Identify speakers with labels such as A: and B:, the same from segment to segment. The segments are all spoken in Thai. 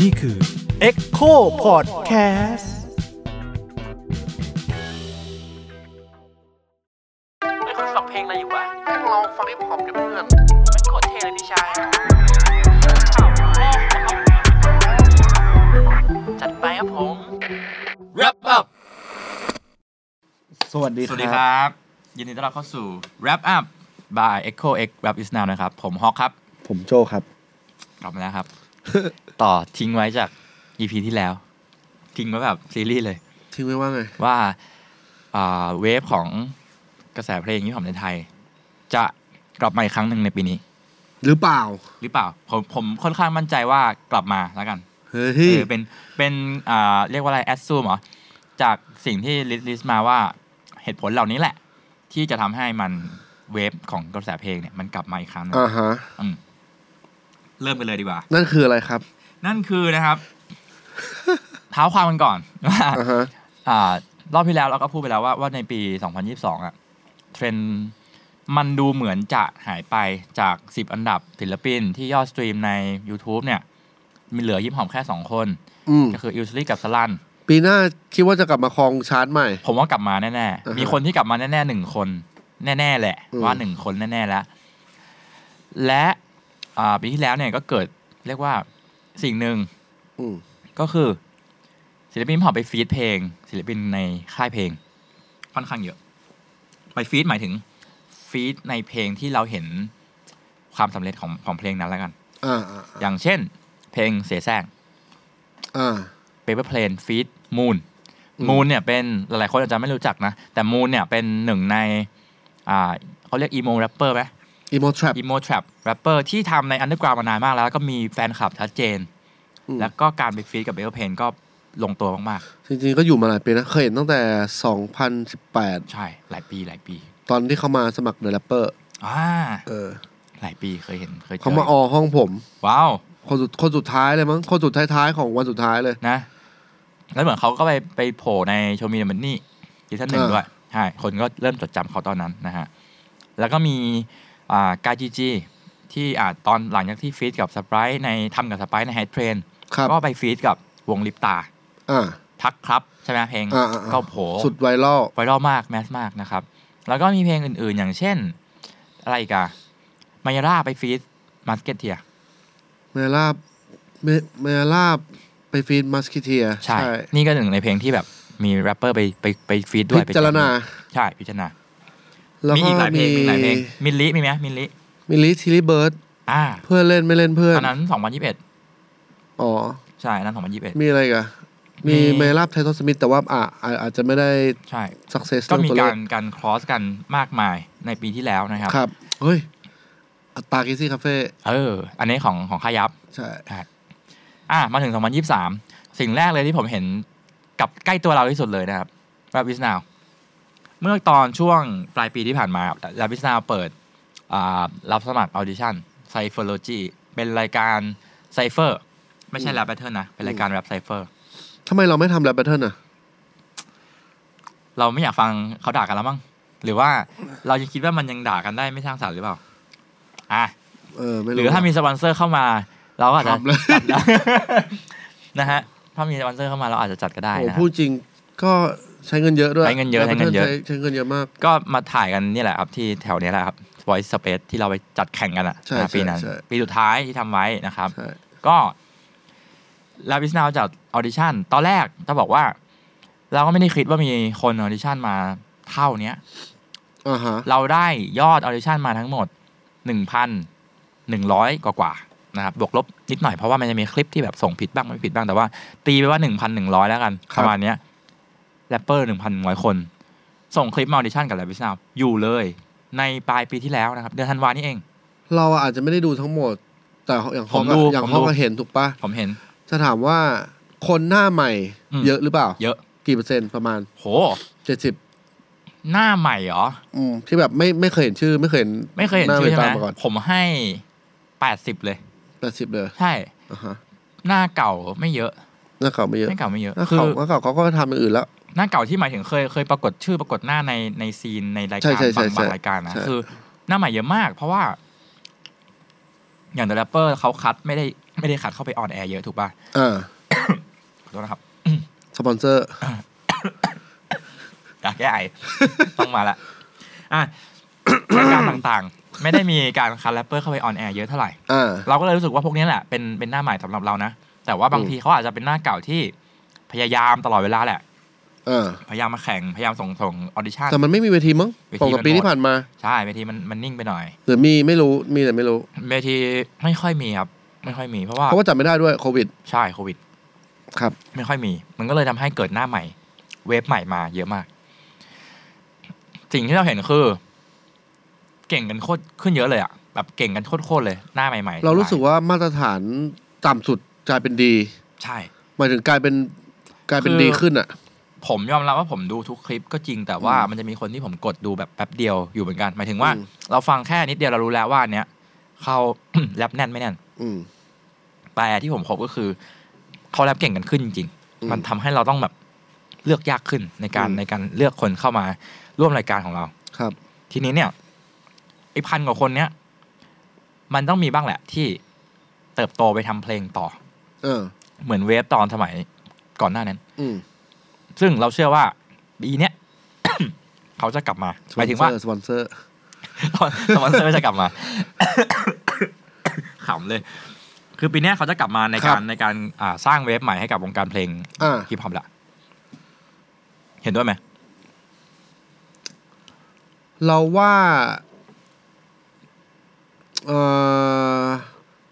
A: นี่คือ
B: Echo Podcast
C: ไม่คุณฟังเพลงอะไรอยู่วะ
D: แม่งลองฟังฮิปฮอปดิเพื่อน
C: มันโคตรเท่เลยพี่ชายจัดไปครับผม
E: wrap up
B: สวัสดี
E: สวัสดีครับ ยินดีต้อนรับเข้าสู่ wrap up by echo x wrap is now นะครับ ผมฮอกครับ
B: ผมโจครับ
E: กลับมาแล้วครับ ต่อทิ้งไว้จาก EP ที่แล้ว ทิ้งไว้แบบซีรีส์เลย
D: ทิ้งไว้ว่าไง
E: ว่าอ่าเวฟของกระแสเพลงฮิปฮอปในไทย จะกลับมาอีกครั้งหนึ่งในปีนี้
D: หรือเปล่า
E: หรือเปล่า ผมผมค่อนข้างมั่นใจว่ากลับมาแล้วกัน
D: เฮ้
E: เอย อเป็นเป็นอ่าเรียกว่าอะไรแอดซูมเหรอ จากสิ่งที่ลิสลิสมาว่าเหตุผลเหล่านี้แหละ ที่จะทำให้มันเวฟของกระแสเพลงเนี่ยมันกลับมาอีกครั้งหนึง
D: อ่าฮะ
E: อืมเริ่มกันเลยดีกว่า
D: นั่นคืออะไรครับ
E: นั่นคือนะครับ เท้าความกันก่อน ว่า
D: อ่าฮะ
E: อ่ารอบที่แล้วเราก็พูดไปแล้วว่าว่าในปี 2022 อ่ะ เทรนด์มันดูเหมือนจะหายไปจาก 10 อันดับศิลปินที่ยอดสตรีมใน YouTube เนี่ย มีเหลือยิปหอมแค่ 2 คน
D: อืม
E: ก็คืออิลสลีกับสลัน
D: ปีหน้าคิดว่าจะกลับมาครองชาร์ตใหม่
E: ผมว่ากลับมาแน่
D: อ่าฮะ
E: ๆ มีคนที่กลับมาแน่ๆหนึ่งคน แน่ๆ แหละ
D: อืม
E: ว่าหนึ่งคนแน่ๆ แล้ว และอ่าปีที่แล้วเนี่ยก็เกิดเรียกว่าสิ่งหนึ่ง
D: อืม
E: ก็คือ ศิลปินพอปไปฟีดเพลง ศิลปินในค่ายเพลง ค่อนข้างเยอะ ไปฟีดหมายถึงฟีดในเพลงที่เราเห็นความสำเร็จของของเพลงนั้นแล้วกัน
D: อ่า อ่า
E: อย่างเช่น เพลงเสียแซง
D: อ่า
E: เปเปอร์เพลนฟีดมูนมูนเนี่ยเป็นหลายๆคนอาจจะไม่รู้จักนะ แต่มูนเนี่ยเป็นหนึ่งใน อ่าเขาเรียกอีโมแรปเปอร์ไหม
D: อีโมทรั p
E: อีโมทรัพแรปเปอร์ที่ทำในอันเดอร์กราวมานานมากแล้วแล้วก็มีแฟนคลับชัดเจน
D: อืม
E: แล้วก็การไปฟีดกับเบลเพนก็ลงตัวมาก
D: จริงๆ ก็อยู่มาหลายปีนะ เคยเห็นตั้งแต่ 2018
E: ๆ ใช่ หลายปีหลายปี
D: ตอนที่เขามาสมัครเดอะแรปเปอร์
E: อ่า
D: เออ
E: หลายปีเคยเห็นเคยเจอ
D: เขามาออห้องผม
E: ว้าว
D: คนสุด คนสุดท้ายเลยมั้ง คนสุดท้ายๆของวันสุดท้ายเลย
E: นะ แล้วเหมือนเขาก็ไปไปโผล่ในโชว์มีเดมันนี่ซีซั่นหนึ่ง
D: อ่า
E: ด้วยใช่คนก็เริ่มจดจำเขาตอนนั้นนะฮะ แล้วก็มีอ่ากาจีจีที่อ่าตอนหลังจากที่ฟีดกับสไปร์ในทำกับสไปร์ในไฮเทรน
D: ครับ
E: ก็ไปฟีดกับวงลิปตา
D: อ่า
E: ทักครับ ใช่ไหมเพลง
D: อ่าอ่าอ่า
E: ก็โผล่
D: สุดไวรัล
E: ไวรัลมากแมสมากนะครับ แล้วก็มีเพลงอื่นๆ อย่างเช่น อะไรอีกอะมายาร่าไปฟีดมาสเก็ตเทีย
D: เมลาบเมเมลาบไปฟีดมัสคิเทีย
E: ใช่ นี่ก็หนึ่งในเพลงที่แบบมีแรปเปอร์ไปไปไปฟีดด้วย
D: พิจารณา
E: ใช่พิจารณา
D: แล้ว
E: มี
D: ก็
E: อีกหลาย
D: มี
E: เพลงมีหลายเพลงมิลลิมีไหมมิลลิ
D: มิลิทิลิเบิร์ด
E: อ่า
D: เพื่อนเล่นไม่เล่นเพื่อน
E: อันนั้น 2021
D: อ๋อ
E: ใช่อันนั้น 2021
D: มีอะไรอีกันมี
E: มี
D: เมลาบไททอลสมิธแต่ว่าอ่ะอ่ะอาจจะไม่ได้
E: ใช่
D: สักเซส
E: ก็มี
D: เล
E: กา
D: ข
E: รการครอสกันมากมายในปีที่แล้วนะครับ
D: ครับ เฮ้ย อัตตากิซี่คาเฟ่
E: เออ อันนี้ของของคายับ
D: ใช่
E: อ่ะ มาถึง 2023 สิ่งแรกเลยที่ผมเห็นกับใกล้ตัวเราที่สุดเลยนะครับแบบวิสนาว เมื่อตอนช่วงปลายปีที่ผ่านมาลาบิสนาเปิดอ่ารับสมัครออดิชั่นไซเฟอร์โลจีเป็นรายการไซเฟอร์ ไม่ใช่แรปแบทเทิลนะ เป็นรายการแรปไซเฟอร์
D: ทำไมเราไม่ทำแรปแบทเทิลอ่ะ
E: เราไม่อยากฟังเขาด่ากันแล้วมั้งหรือว่าเรายังคิดว่ามันยังด่ากันได้ไม่สร้างสรรค์หรือเปล่า อ่ะ
D: เออ ไม่
E: ห
D: รู้
E: รือถ้ามีสปอนเซอร์เข้ามา เราก็อาจจะ
D: ทำเลย
E: จัดได้ นะฮะถ้ามีสปอนเซอร์เข้ามาเราอาจจะจัดก็ได้
D: โอ้
E: นะฮะ
D: พูดจริงก็ใช้เงินเยอะด้วย
E: ใช้เงินเยอะ
D: Rap
E: ใช้เงินเยอะ
D: Battle ใช้เงินเยอะมาก
E: ก็มาถ่ายกันนี่แหละครับ ที่แถวเนี้ยแหละครับ Voice Space ที่เราไปจัดแข่งกันอ่ะ
D: ใช่
E: นะฮะปีนั้น
D: ใช่ใช่
E: ปีสุดท้ายที่ทำไว้นะครับ
D: ใช่
E: ก็ลาบิสนาวจัดออดิชั่นตอนแรกจะบอกว่า เราก็ไม่ได้คิดว่ามีคนออดิชั่นมาเท่าเนี้ย
D: อ่าฮะ
E: เราได้ยอดออเดชั่นมาทั้งหมด 1,100 กว่ากว่าๆนะครับ บวกลบนิดหน่อยเพราะว่ามันจะมีคลิปที่แบบส่งผิดบ้างไม่ผิดบ้างแต่ว่า ตีไปว่า 1,100 แล้วกัน
D: ค
E: ป
D: รับ
E: ระมาณเนี้ยแรปเปอร์ 1,100 คน ส่งคลิปมาออเดชั่นกับแรปบิสนาวอยู่เลย ในปลายปีที่แล้วนะครับ เดือนธันวานี่เอง
D: เราอาจจะไม่ได้ดูทั้งหมด แต่อย่าง
E: ผม
D: ฮ
E: ดู
D: อกอะอย่าง
E: ผม
D: ฮอก
E: ดู
D: ก็เห็นถูกปะ
E: ผมเห็น
D: จะถามว่าคนหน้าใหม่
E: อืม
D: เยอะหรือเปล่า
E: เยอะ
D: กี่เปอร์เซ็นต์ประมาณ
E: โห
D: เจ็ดสิบ
E: หน้าใหม่เหรอ
D: ที่แบบไม่ไม่เคยเห็นชื่อ ไม่เคยเห็น
E: ไม่เคยเห็นชื่อใช่ไห
D: ตาม มาก่อน
E: ผมให้ 80 เลย
D: แปดสิบเลย
E: ใช่
D: อ่าฮะ
E: หน้าเก่าไม่เยอะ
D: หน้าเก่าไม่เยอะ
E: หน้าเก่าไม่เยอะ
D: หน้า
E: คื
D: เก่า
E: อ
D: หน้าเก่าเขาก็ทำอย่างอื่นแล้ว
E: หน้าเก่าที่หมายถึงเคยเคยปรากฏชื่อปรากฏหน้าในในซีนในราย
D: ใช่
E: การ
D: ใช่ใช่ใช่
E: บางบางรายการนะ
D: ใช่
E: คือหน้าใหม่เยอะมาก เพราะว่า อย่าง The Rapper เขาคัดไม่ได้ไม่ได้คัดเข้าไปออนแอร์เยอะถูกป่ะ
D: อ่า
E: ขอโทษนะครับ
D: สปอนเซอร์
E: อยาก แก้ไอ ต้องมาละอ่ะ รายการต่างๆ ไม่ได้มีการคัดแรปเปอร์เข้าไปออนแอร์เยอะเท่าไหร่
D: อ่า
E: เราก็เลยรู้สึกว่าพวกนี้แหละเป็นเป็นหน้าใหม่สำหรับเรานะ แต่ว่าบางทีเขาอาจจะเป็นหน้าเก่าที่พยายามตลอดเวลาแหละ
D: อ่า
E: พยายามมาแข่ง พยายามส่งส่งออดิชั่น
D: แต่มันไม่มีเวทีมั้ง
E: เวที
D: ปกติ
E: มันน้อย
D: ปีที่ผ่านมา
E: ใช่เวทีมันมันนิ่งไปหน่อย
D: หรือมีไม่รู้มีแต่ไม่รู้
E: เวทีไม่ค่อยมีครับ ไม่ค่อยมีเพราะว่า
D: เพราะว่าจับไม่ได้ด้วยโควิด
E: ใช่โควิด
D: ครับ
E: ไม่ค่อยมี มันก็เลยทำให้เกิดหน้าใหม่ เวฟใหม่มาเยอะมาก สิ่งที่เราเห็นคือ เก่งกันโคตรขึ้นเยอะเลยอะแบบเก่งกันโคตรๆเลย หน้าใหม่ๆ
D: เรารู้สึกว่ามาตรฐานต่ำสุดกลายเป็นดี
E: ใช่
D: หมายถึงกลายเป็นกลายเป็น
E: คือ
D: ดีขึ้นอ่ะ
E: ผมยอมรับว่าผมดูทุกคลิปก็จริงแต่ว่ามันจะมีคนที่ผมกดดูแบบแป๊บเดียวอยู่เหมือนกันหมายถึงว่า
D: อืม
E: เราฟังแค่นิดเดียวเรารู้แล้วว่าอันเนี้ยเขา แรปแน่นไม่แน่น
D: อืม
E: แต่ที่ผมพบก็คือเขาแรปเก่งกันขึ้นจริง
D: อืม
E: มันทำให้เราต้องแบบเลือกยากขึ้นในการ
D: อืม
E: ในการเลือกคนเข้ามาร่วมรายการของเรา
D: ครับ
E: ทีนี้เนี่ยไอพันกว่าคนเนี้ยมันต้องมีบ้างแหละที่เติบโตไปทำเพลงต่อ
D: เออ
E: เหมือนเวฟตอนสมัยก่อนหน้านั้น
D: อืม
E: ซึ่งเราเชื่อว่าปีเนี้ย เขาจะกลับมาหมายถึงว่า
D: สปอนเซอร์
E: สปอนเซอร์จะกลับมา ขำเลย คือปีเนี้ยเขาจะกลับมาใน
D: ครั
E: กา
D: บ
E: รในการอ่าสร้างเวฟใหม่ให้กับวงการเพลง
D: อ่า
E: ฮิปฮอปละ เห็นด้วยไหม
D: เราว่าเอ่อ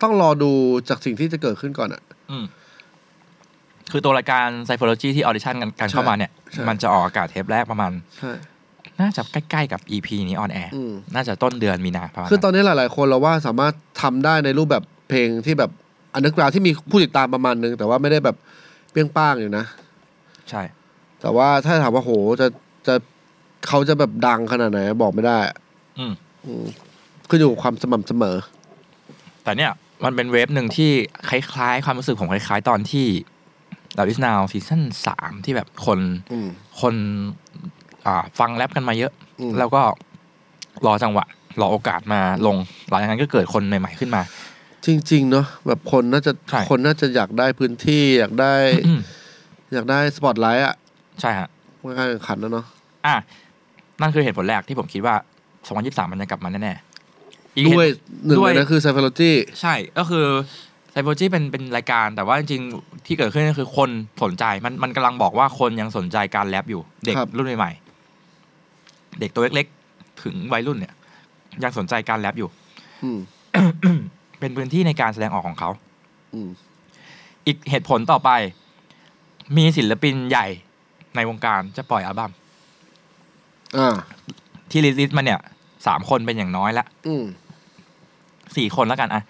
D: ต้องรอดูจากสิ่งที่จะเกิดขึ้นก่อนอ่ะ
E: อืม คือตัวรายการไซ p h o l o g y ที่ออดิชั่นกันกันเข้ามาเนี่ย
D: ใช่
E: มันจะออกอากาศเทปแรกประมาณ
D: ใช่
E: น่าจะใกล้ๆกับ EP นี้ออนแอร์
D: อืม
E: น่าจะต้นเดือนมีนาประมาณ
D: คือต
E: นั้
D: อ
E: น
D: นนี้หลายๆ คนเราว่าสามารถทำได้ในรูปแบบเพลงที่แบบอันดักราวที่มีผู้ติดตามประมาณนึง แต่ว่าไม่ได้แบบเปรี้ยงป้างอยู่นะ
E: ใช่
D: แต่ว่าถ้าถามว่าโหจะจะเขาจะแบบดังขนาดไหนบอกไม่ได้อะ
E: อืม
D: อืมขึ้นอยู่กับความสม่ำเสมอ
E: แต่เนี่ย มันเป็นเวฟหนึ่งที่คล้ายๆ ความรู้สึกผมคล้ายๆ ตอนที่ดาวิสนาวซีซั่นสามที่แบบคน
D: อืม
E: คนอ่าฟังแรปกันมาเยอะ
D: อืม
E: แล้วก็รอจังหวะ รอโอกาสมาลง หลังจากนั้นก็เกิดคนใหม่ๆขึ้นมา
D: จริง ๆ เนาะแบบคนน่าจะ
E: ใช่
D: คนน่าจะอยากได้พื้นที่ อยากได้ อยากได้สปอตไลท์อ่ะ
E: ใช่ฮะ
D: เมื่อการแข่งขันแล้วเนาะ
E: อ่ะนั่นคือเหตุผลแรกที่ผมคิดว่า 2023 มันจะกลับมาแน่ๆอีกเหตุ
D: ด้วยหนึ่ง
E: ด้วย
D: เลยนะคือ psychology
E: ใช่ก็คือไซโ o จีเป็นเป็นรายการ แต่ว่าจริงๆที่เกิดขึ้นก็คือคนสนใจมันมันกำลังบอกว่าคนยังสนใจการแรปอยู่ เด็ก
D: ครับ
E: รุ่นใหม่ๆเด็กตัวเล็กๆ ถึงวัยรุ่นเนี่ย ยังสนใจการแรปอยู่
D: อืม
E: เป็นพื้นที่ในการแสดงออกของเขา
D: อืม
E: อีกเหตุผลต่อไป มีศิลปินใหญ่ในวงการจะปล่อยอัลบัม้ม
D: อ่า
E: ที่ลิสต์มาเนี่ยสามคนเป็นอย่างน้อยละ
D: อืม
E: สี่คนแล้วกันอะ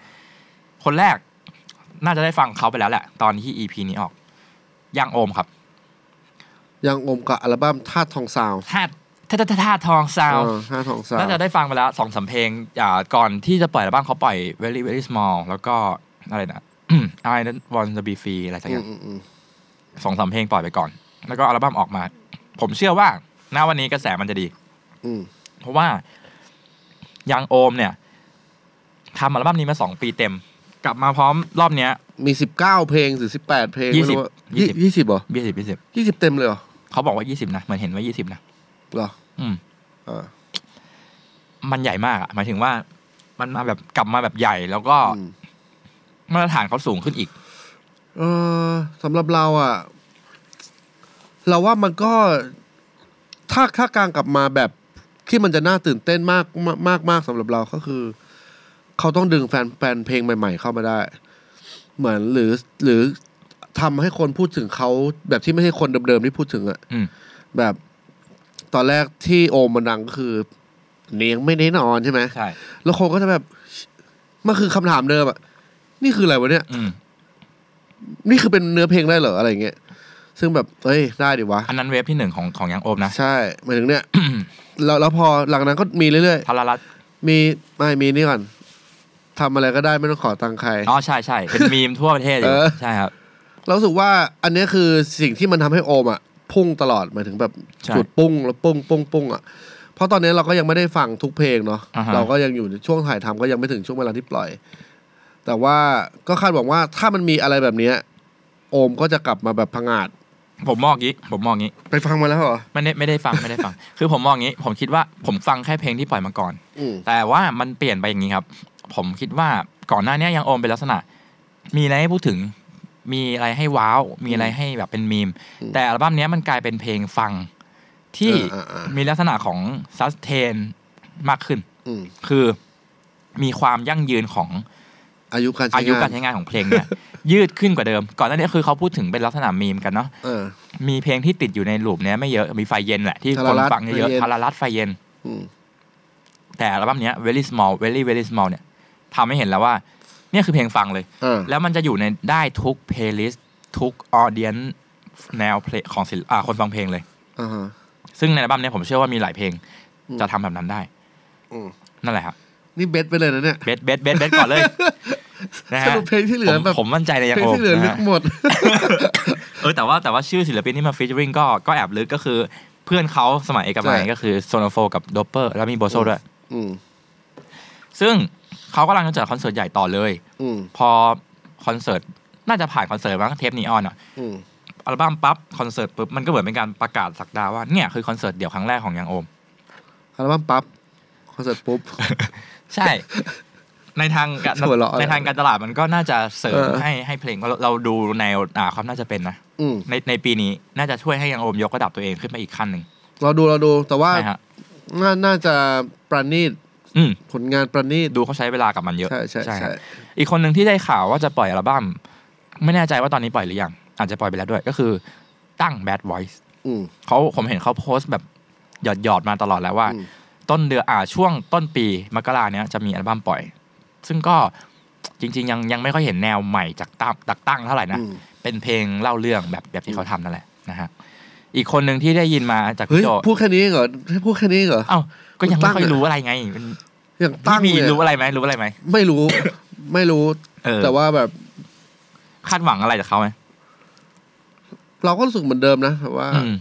E: คนแรกน่าจะได้ฟังเขาไปแล้วแหละ ตอนที่ EP นี้ออกย่างโอมครับ
D: ยังอมกับอัลบั้มธาตุทองซาว
E: ท่าท่าท่าท่าทองซาว
D: เออธาตุทองซาว
E: น่าจะได้ฟังไปแล้วสองสามเพลงอ่าก่อนที่จะปล่อยอัลบั้มเขาปล่อย very very small แล้วก็อะไรนะ I don't want to be free อะไรสัก
D: อื
E: อย่าม ง
D: อืมอืม
E: สองสามเพลงปล่อยไปก่อน แล้วก็อัลบั้มออกมา ผมเชื่อว่าณวันนี้กระแสมันจะดี
D: อืม
E: เพราะว่ายังโอมเนี่ยทำอัลบั้มนี้มาสองปีเต็ม กลับมาพร้อมรอบเนี้ย
D: มีสิบเก้าเพลงหรือสิบแปดเพลง
E: ยี่
D: ไม่
E: สิบ
D: รู้ว่า
E: ยี่
D: ยี่
E: สิ
D: ยี่สิ
E: บ
D: บเหรอ
E: ยี่สิบยี่สิบ
D: ยี่สิบเต็มเลยเหรอ
E: เขาบอกว่ายี่สิบนะเหมือนเห็นว่ายี่สิบนะ
D: เหรอ
E: อืม
D: อ่า
E: มันใหญ่มากอะหมายถึงว่า มันมาแบบกลับมาแบบใหญ่ แล้วก็
D: อืม
E: มาตรฐานเขาสูงขึ้นอีก
D: เออสำหรับเราอ่ะ เราว่ามันก็ถ้าถ้ากลางกลับมาแบบที่มันจะน่าตื่นเต้นมากมากมากมากสำหรับเราก็คือ เขาต้องดึงแฟนแฟนเพลงใหม่ ๆ เข้ามาได้ เหมือนหรือหรือทำให้คนพูดถึงเขาแบบที่ไม่ใช่คนเดิมๆที่พูดถึงอ่ะ
E: อืม
D: แบบตอนแรกที่โอมมันดังก็คือเนียงไม่ได้นอนใช่ไหม
E: ใช่
D: แล้วคนก็จะแบบมันคือคำถามเดิมอ่ะนี่คืออะไรวะเนี่ย
E: อืม
D: นี่คือเป็นเนื้อเพลงได้เหรออะไรอย่างเงี้ย ซึ่งแบบ เอ้ย ได้ดิวะ
E: อันนั้นเวฟที่หนึ่งของของยังโอมนะ
D: ใช่หมายถึงเนี่ย แล้วแล้วพอหลังนั้นก็มีเรื่อย
E: พาราลัต
D: ๆ มีไม่มีนี่ก่อนทำอะไรก็ได้ไม่ต้องขอตังค์ใคร
E: อ๋อใช่ใช่เป็นมีมทั่วประเทศอยู่
D: เออ
E: ใช่ครับ
D: เรารู้สึกว่าอันเนี้ยคือสิ่งที่มันทำให้โอมอ่ะ พุ่งตลอดหมายถึงแบบ
E: ใช่
D: จุดปุ้งแล้วปุ้งปุ้งปุ้งอ่ะ เพราะตอนนี้เราก็ยังไม่ได้ฟังทุกเพลงเนาะ
E: อ่าฮะ
D: เราก็ยังอยู่ในช่วงถ่ายทำก็ยังไม่ถึงช่วงเวลาที่ปล่อย แต่ว่าก็คาดหวังว่าถ้ามันมีอะไรแบบเนี้ยโอมก็จะกลับมาแบบพังอาจ
E: ผมมองงี้ ผมมองงี้
D: ไปฟังมาแล้วเหรอ
E: ไม่ได้ไม่ได้ฟังไม่ได้ฟัง คือผมมองงี้ ผมคิดว่าผมฟังแค่เพลงที่ปล่อยมาก่อน
D: อืม
E: แต่ว่ามันเปลี่ยนไปอย่างนี้ครับ ผมคิดว่าก่อนหน้าเนี้ยยังโอมเป็นลักษณะ มีอะไรให้พูดถึง มีอะไรให้ว้าว มีอะไรให้แบบเป็นมีม แต่อัลบั้มเนี้ยมันกลายเป็นเพลงฟังที่
D: อ่าอ่า
E: มีลักษณะของซัสเทนมากขึ้น
D: อืม
E: คือมีความยั่งยืนของ
D: อายุการใช้
E: อายุ
D: งา
E: การ
D: น
E: ใช้งานของเพลงเนี่ย ยืดขึ้นกว่าเดิม ก่อนหน้านี้คือเขาพูดถึงเป็นลักษณะมีมกันเนาะ
D: เออ
E: มีเพลงที่ติดอยู่ในลูปเนี้ยไม่เยอะมีไฟเย็นแหละที่
D: ทา
E: ค
D: ราน รัตน์
E: ฟังเยอะ
D: ไฟเย็
E: ๆ
D: น
E: ทารารัตไฟเย็น
D: อืม
E: แต่อัลบั้มเนี้ย very small very very small เนี่ยทำให้เห็นแล้วว่า เนี่ยคือเพลงฟังเลย
D: อ่า
E: แล้วมันจะอยู่ในได้ทุก playlist ทุก audience แนวเพลงของศิลป์อ่าคนฟังเพลงเลย
D: อ่าฮะ
E: ซึ่งในอัลบั้มเนี้ยผมเชื่อว่ามีหลายเพลง
D: อืม
E: จะทำแบบนั้นได้
D: อืม
E: นั่นแหละครับ
D: นี่เบ็ดไปเลยนะเนี่ย
E: เบสเบสเบสเบส ก่อนเลยนะ
D: ส
E: ฮะ
D: รุปเพลงที่เหลือ
E: ผม
D: แบบ
E: ผมมั่นใจในยัง
D: เพลง
E: โอ
D: ที่เหลือ
E: นะ
D: ลึก
E: ฮะ
D: หมด
E: เออแต่ว่าแต่ว่าชื่อศิลปินที่มาฟีเจอริงก็ก็แอบลึกก็คือ เพื่อนเขาสมัยเอกมัย
D: ใช่
E: ก็คือโซโนโฟกับโดเปอร์แล้วมีโบโซด้วย
D: อืม
E: ซึ่งเขากำลังจะจัดคอนเสิร์ตใหญ่ต่อเลย
D: อืม
E: พอคอนเสิร์ตน่าจะผ่านคอนเสิร์ตมั้งเทปนีออนอ่ะ
D: อืม
E: อัลบั้มปั๊บคอนเสิร์ตปุ๊บมันก็เหมือนเป็นการประกาศสักดาว่าเนี่ยคือคอนเสิร์ตเดี่ยวครั้งแรกของยังโอม
D: อัลบั้มปั๊บคอนเสิร์ตปุ๊บ
E: ใช่ ในทางการ
D: หัวเราะ
E: ในทางการตลาดมันก็น่าจะเสริม
D: เออ
E: ให้ให้เพลงเราเราดูแนวอ่าความน่าจะเป็นนะ
D: อืม
E: ในในปีนี้น่าจะช่วยให้ยังโอมยกระดับตัวเองขึ้นไปอีกขั้นหนึ่ง
D: เราดูเราดูแต่ว่า
E: ใช่ฮะ
D: น่าน่าจะประณีต
E: อืม
D: ผลงานประณีต
E: ดูเขาใช้เวลากับมันเยอะ
D: ใช่ใช่ใช่
E: ครับอีกคนหนึ่งที่ได้ข่าวว่าจะปล่อยอัลบั้มไม่แน่ใจว่าตอนนี้ปล่อยหรือยัง อาจจะปล่อยไปแล้วด้วย ก็คือตั้ง Bad Voice
D: อืม
E: เขาผมเห็นเขาโพสต์แบบหยอดหยอดๆมาตลอดแล้วว่า
D: อืม
E: ต้นเดือนอ่าช่วงต้นปีมกราเนี้ยจะมีอัลบั้มปล่อย ซึ่งก็จริง ๆ ยังยังไม่ค่อยเห็นแนวใหม่จากตั้งตักตั้งเท่าไหร่นะ
D: อืม
E: เป็นเพลงเล่าเรื่องแบบแบบที่เขาทำนั่นแหละนะฮะอีกคนหนึ่งที่ได้ยินมาจาก
D: เฮ้ย
E: พี่โจ
D: พูดแค่นี้เหรอให้พูดแค่นี้เหรอ
E: เอ้าก็ยังไม่ค่อ
D: ตั้
E: ย
D: ง
E: รู้อะไรไงมัน
D: อย่าง
E: พี่
D: ตั้ง
E: มี
D: เนี่ย
E: รู้อะไรไหมรู้อะไรไหม
D: ไม่รู้ ไม่รู้
E: เออ
D: แต่ว่าแบบ
E: คาดหวังอะไรจากเขาไหม
D: เราก็รู้สึกเหมือนเดิมนะแบบว่า
E: อืม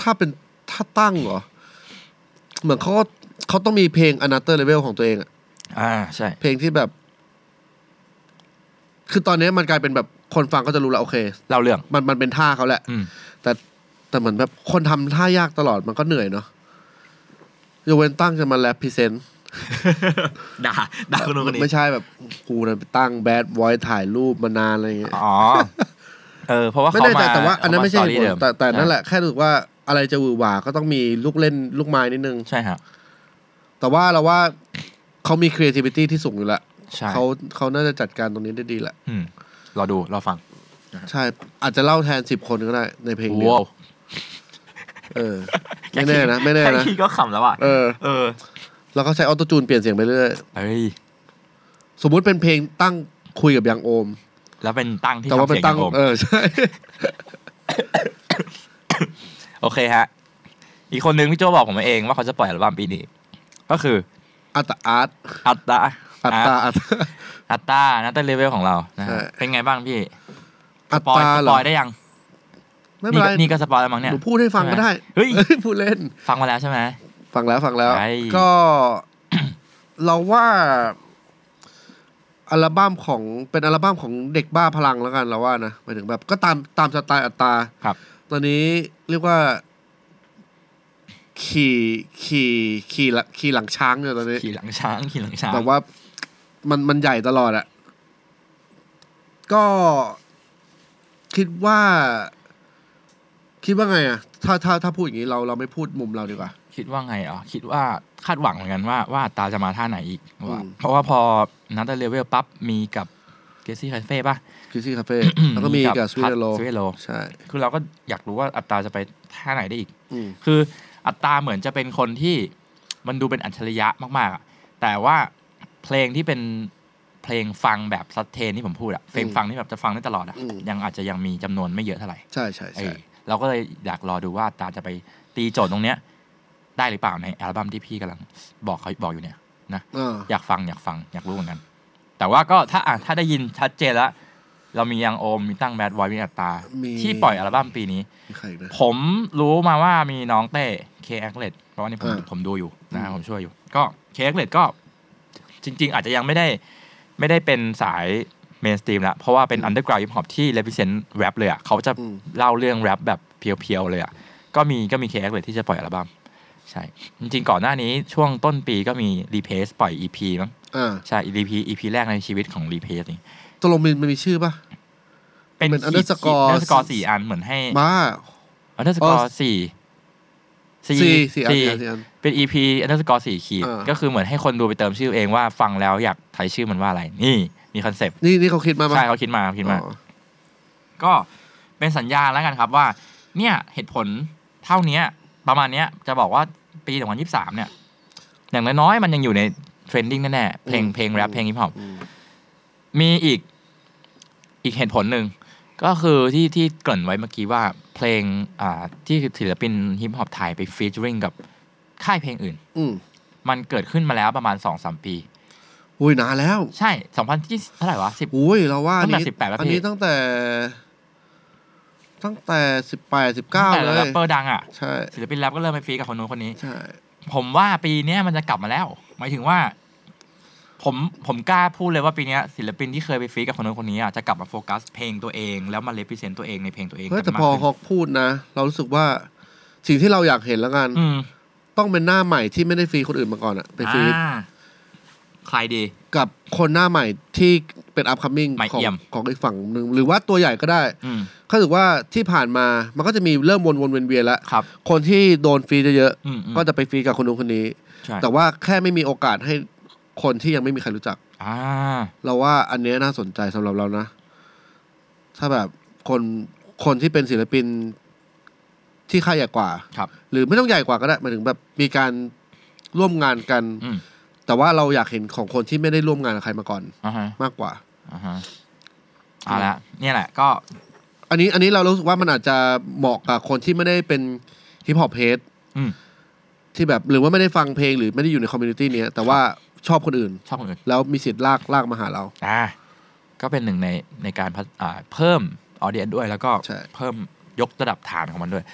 D: ถ้าเป็นถ้าตั้งเหรอ เหมือนเขาก็เขาต้องมีเพลง another level ของตัวเองอะ
E: อ่าใช่
D: เพลงที่แบบ คือตอนนี้มันกลายเป็นแบบคนฟังก็จะรู้แล้วโอเค
E: เล่าเรื่อง
D: มันมันเป็นท่าเขาแหละ
E: อืม
D: แต่แต่เหมือนแบบคนทำท่ายากตลอดมันก็เหนื่อยเนาะยกเว้นตั้งจะมาแรปพรีเซนต์
E: ด่าด่าคนนู้นคนนี้
D: ไม่ใช่แบบกูนะไปตั้งแบดไว้ถ่ายรูปมานานอะไรอย่างเงี้ย
E: อ๋อ เออ เพราะว่า
D: ไม่
E: เขา
D: แน่ใจ
E: มา
D: แต่ว่าอันนั้นไม่ใช่
E: เขาา
D: เห
E: ส
D: ตุผล
E: รี่เดิม
D: แต่แต่นั่นแหละแค่รู้สึกว่าอะไรจะหวือหวาก็ต้องมีลูกเล่นลูกไม้นิดนึง
E: ใช่ฮะ
D: แต่ว่าเราว่าเขามี creativity ที่สูงอยู่แล้ว
E: ใช่
D: เขาเขาน่าจะจัดการตรงนี้ได้ดีแหละ
E: อืมรอดู รอฟัง
D: ใช่ อาจจะเล่าแทนสิบคนก็ได้ในเพลงเดียว
E: ว้าว
D: เออ ไม่แน่นะ ไม่แน่
E: ค่
D: นะ
E: ขี้ก็ขำแล้วอ่ะ
D: เออ
E: เออ
D: แล้วเขาใช้ออโตจูนเปลี่ยนเสียงไปเรื่อย
E: เอ้ย
D: สมมุติเป็นเพลงตั้งคุยกับยังโอม
E: แล้วเป็นตั้งที่
D: แต่ว่า
E: ทำ
D: เป็
E: เสี
D: น
E: ยง
D: ตั้ง
E: ผม
D: เออใช่
E: โอเคฮะ อีกคนนึงพี่โจบอกผมมาเองว่าเขาจะปล่อยอัลบั้มปีนี้ ก็คือ
D: อัตตาอาร์ต
E: อัตตา
D: อัตตาอัตตา
E: อัตตานัตเตอร์เลเวลของเรานะฮะ
D: ใช่
E: เป็นไงบ้างพี่
D: อั
E: ป
D: ต
E: อย
D: ตา
E: ส
D: เหร
E: ป
D: อ
E: อยได้ยัง
D: ไม่เป็
E: นี่
D: นไร
E: ก็นี่ก็สปอยแล้วมั้งเนี่ย
D: หนูพูดให้ฟังก็ได้
E: เฮ้ย
D: พูดเล่น
E: ฟังมาแล้วใช่ไหม
D: ฟังแล้วฟังแล้ว
E: ใช่
D: ก็ เราว่า อัลบั้มของเป็นอัลบั้มของเด็กบ้าพลังแล้วกันเราว่านะหมายถึงแบบ ก็ตามตามสไตล์อัตตรา
E: ครับ
D: ตอนนี้เรียกว่า ขี่ขี่ขี่หลังขี่หลังช้างอยู่ตอนนี้
E: ขี่หลังช้างขี่หลังช้าง
D: แบบว่ามันมันใหญ่ตลอดอะก็คิดว่า คิดว่าไงอะถ้าถ้าถ้าพูดอย่างนี้เราเราไม่พูดมุมเราดีกว่า
E: คิดว่าไงอ๋อคิดว่าคาดหวังเหมือนกันว่าว่าอัตราจะมาท่าไหนอีกว่า
D: อืม
E: เพราะว่าพอนัดเลเวลปั๊บมีกับเกซี่คาเฟ่ป่ะ
D: คิซี่คาเฟ่ แล้วก็มีกับสวีเดโล
E: Sweet Roll
D: ใช่
E: คือเราก็อยากรู้ว่าอัตราจะไปท่าไหนได้อีก
D: อืม
E: คืออัตราเหมือนจะเป็นคนที่มันดูเป็นอัจฉริยะมากๆอะแต่ว่าเพลงที่เป็นเพลงฟังแบบสเตนที่ผมพูดอะเพลง
D: อืม
E: ฟังที่แบบจะฟังได้ตลอดอะ
D: อืม
E: ยังอาจจะยังมีจำนวนไม่เยอะเท่าไหร่
D: ใช่ใช่
E: เอ
D: ใช่
E: อเราก็เลยอยากรอดูว่าอัตราจะไปตีโจทย์ตรงเนี้ย ได้หรือเปล่าในอัลบั้มที่พี่กำลังบอกเขาบอกอยู่เนี่ย
D: อ่า
E: อยากฟังอยากฟังอยากรู้เหมือนกัน แต่ว่าก็ถ้าอ่ะถ้าได้ยินชัดเจนแล้ว เรามียังโอม มีตั้งแบดไวมีอัตตา ที่ปล่อยอัลบั้มปีนี้
D: มีใครอีกนะ
E: ผมรู้มาว่ามีน้องเต้เคแอคเลดเพราะว่านี่ผม
D: อ่า
E: ผมดูอยู่นะ
D: อืม
E: ผมช่วยอยู่ ก็เคแอคเลดก็จริง ๆ อาจจะยังไม่ได้ ไม่ได้เป็นสายเมนสตรีมละเพราะว่าเป็นอันเดอร์กราวด์ฮิปฮอปที่เล p ิเซนต์แรปเลยอ่ะเขาจะ
D: อืม
E: เล่าเรื่องแรปแบบเพียวๆเลยอ่ะก็มีก็มีเคเเลยที่จะปล่อยอัลบั้มใช่ จริงๆ ก่อนหน้านี้ช่วงต้นปีก็มีรีเพสปล่อย EP มั้ง
D: อ่า
E: ใช่ EP EP แรกในชีวิตของรีเพสนี่
D: ตกลงมันมันมีชื่อปะ เป็น underscore
E: อันเดอร์สกอร์สี่อันเหมือนให้
D: บ้า
E: อันเดอร์สกอร์สี่
D: สี่สี่อันสี่อันสี่อัน
E: เป็น EP อันดับสกอร์สี่ขีด
D: อ่า
E: ก็คือเหมือนให้คนดูไปเติมชื่อเองว่าฟังแล้วอยากทายชื่อมันว่าอะไร นี่มีคอนเซปต์
D: นี่นี่เขาคิดมาปะ
E: ใช่เขาคิดมาเขาคิดมา
D: อ๋อ
E: ก็เป็นสัญญาณแล้วกันครับว่า เนี่ยเหตุผลเท่าเนี้ย ประมาณเนี้ยจะบอกว่าปี2023 เนี่ย อย่างน้อยๆมันยังอยู่ในเทรนดิ้งแน่ๆเพลงเพลงแรปเพลงฮิปฮอป
D: อืม
E: มีอีกอีกเหตุผลหนึ่ง ก็คือที่ที่เกริ่นไว้เมื่อกี้ว่าเพลงอ่าที่ศิลปินฮิปฮอปไทยไปฟีเจอริงกับค่ายเพลงอื่น
D: อืม
E: มันเกิดขึ้นมาแล้วประมาณ2อสปี
D: อุ้ยนานแล้ว
E: ใช่ 2020เท่าไหร่วะ10
D: อุ้ยเราว่าอัน
E: ตั้งแต่
D: นี้
E: สิบแปดแล้วพี่
D: อันนี้ตั้งแต่ ตั้งแต่สิบแปดสิบเก้า
E: แต่
D: เล
E: แรป
D: ย
E: เปอร์ดังอ่ะ
D: ใช่
E: ศิลปินแรปก็เริ่มไปฟีดกับคนนู้นคนนี้
D: ใช่
E: ผมว่าปีเนี้ยมันจะกลับมาแล้ว หมายถึงว่า ผมผมกล้าพูดเลยว่าปีเนี้ยศิลปินที่เคยไปฟีดกับคนนู้นคนนี้อ่ะจะกลับมาโฟกัสเพลงตัวเองแล้วมาเลพิเซนต์ตัวเองในเพลงตัวเอง
D: เฮ้ย
E: กัน
D: แต่
E: มา
D: พอก ฮ
E: ขึ้น
D: อกพูดนะ เรารู้สึกว่าสิ่งที่เราอยากเห็นแล้วกัน
E: อืม
D: ต้องเป็นหน้าใหม่ที่ไม่ได้ฟีดคนอื่นมาก่อนอะเป็นฟีด
E: อ่าใครดี
D: กับคนหน้าใหม่ที่เป็นอัพคัมมิ่ง
E: ใหม่
D: ของ
E: เอี่ยม
D: ของอีกฝั่งหนึ่งหรือว่าตัวใหญ่ก็ได้
E: อืม
D: เขาถือว่าที่ผ่านมามันก็จะมีเริ่มวนวนเวียนเวียนๆแล้ว
E: ครับ
D: คนที่โดนฟีดเยอะ
E: อืมอืม
D: ๆก็จะไปฟีดกับคนนู้นคนนี้
E: ใช่
D: แต่ว่าแค่ไม่มีโอกาสให้คนที่ยังไม่มีใครรู้จัก
E: อ่า
D: เราว่าอันเนี้ยน่าสนใจสำหรับเรานะ ถ้าแบบคนคนที่เป็นศิลปินที่ค่ายใหญ่กว่า
E: ครับ
D: หรือไม่ต้องใหญ่กว่าก็ได้หมายถึงแบบมีการร่วมงานกัน
E: อืม
D: แต่ว่าเราอยากเห็นของคนที่ไม่ได้ร่วมงานกับใครมาก่อน
E: อ่าฮะ
D: มากกว่า
E: อ่าฮะเอาละเนี่ยแหละ ก็
D: อันนี้อันนี้เรารู้สึกว่ามันอาจจะเหมาะกับคนที่ไม่ได้เป็นฮิปฮอปเฮด
E: อืม
D: ที่แบบหรือว่าไม่ได้ฟังเพลงหรือไม่ได้อยู่ในคอมมูนิตี้เนี้ยแต่ว่าชอบคนอื่น
E: ชอบคนอื่น
D: แล้วมีสิทธิ์ลากลากมาหาเรา
E: อ่าก็เป็นหนึ่งในในการพัฒอ่าเพิ่มออเดียนด้วยแล้วก็
D: ใช่
E: เพิ่มยกระดับฐานของมันด้วย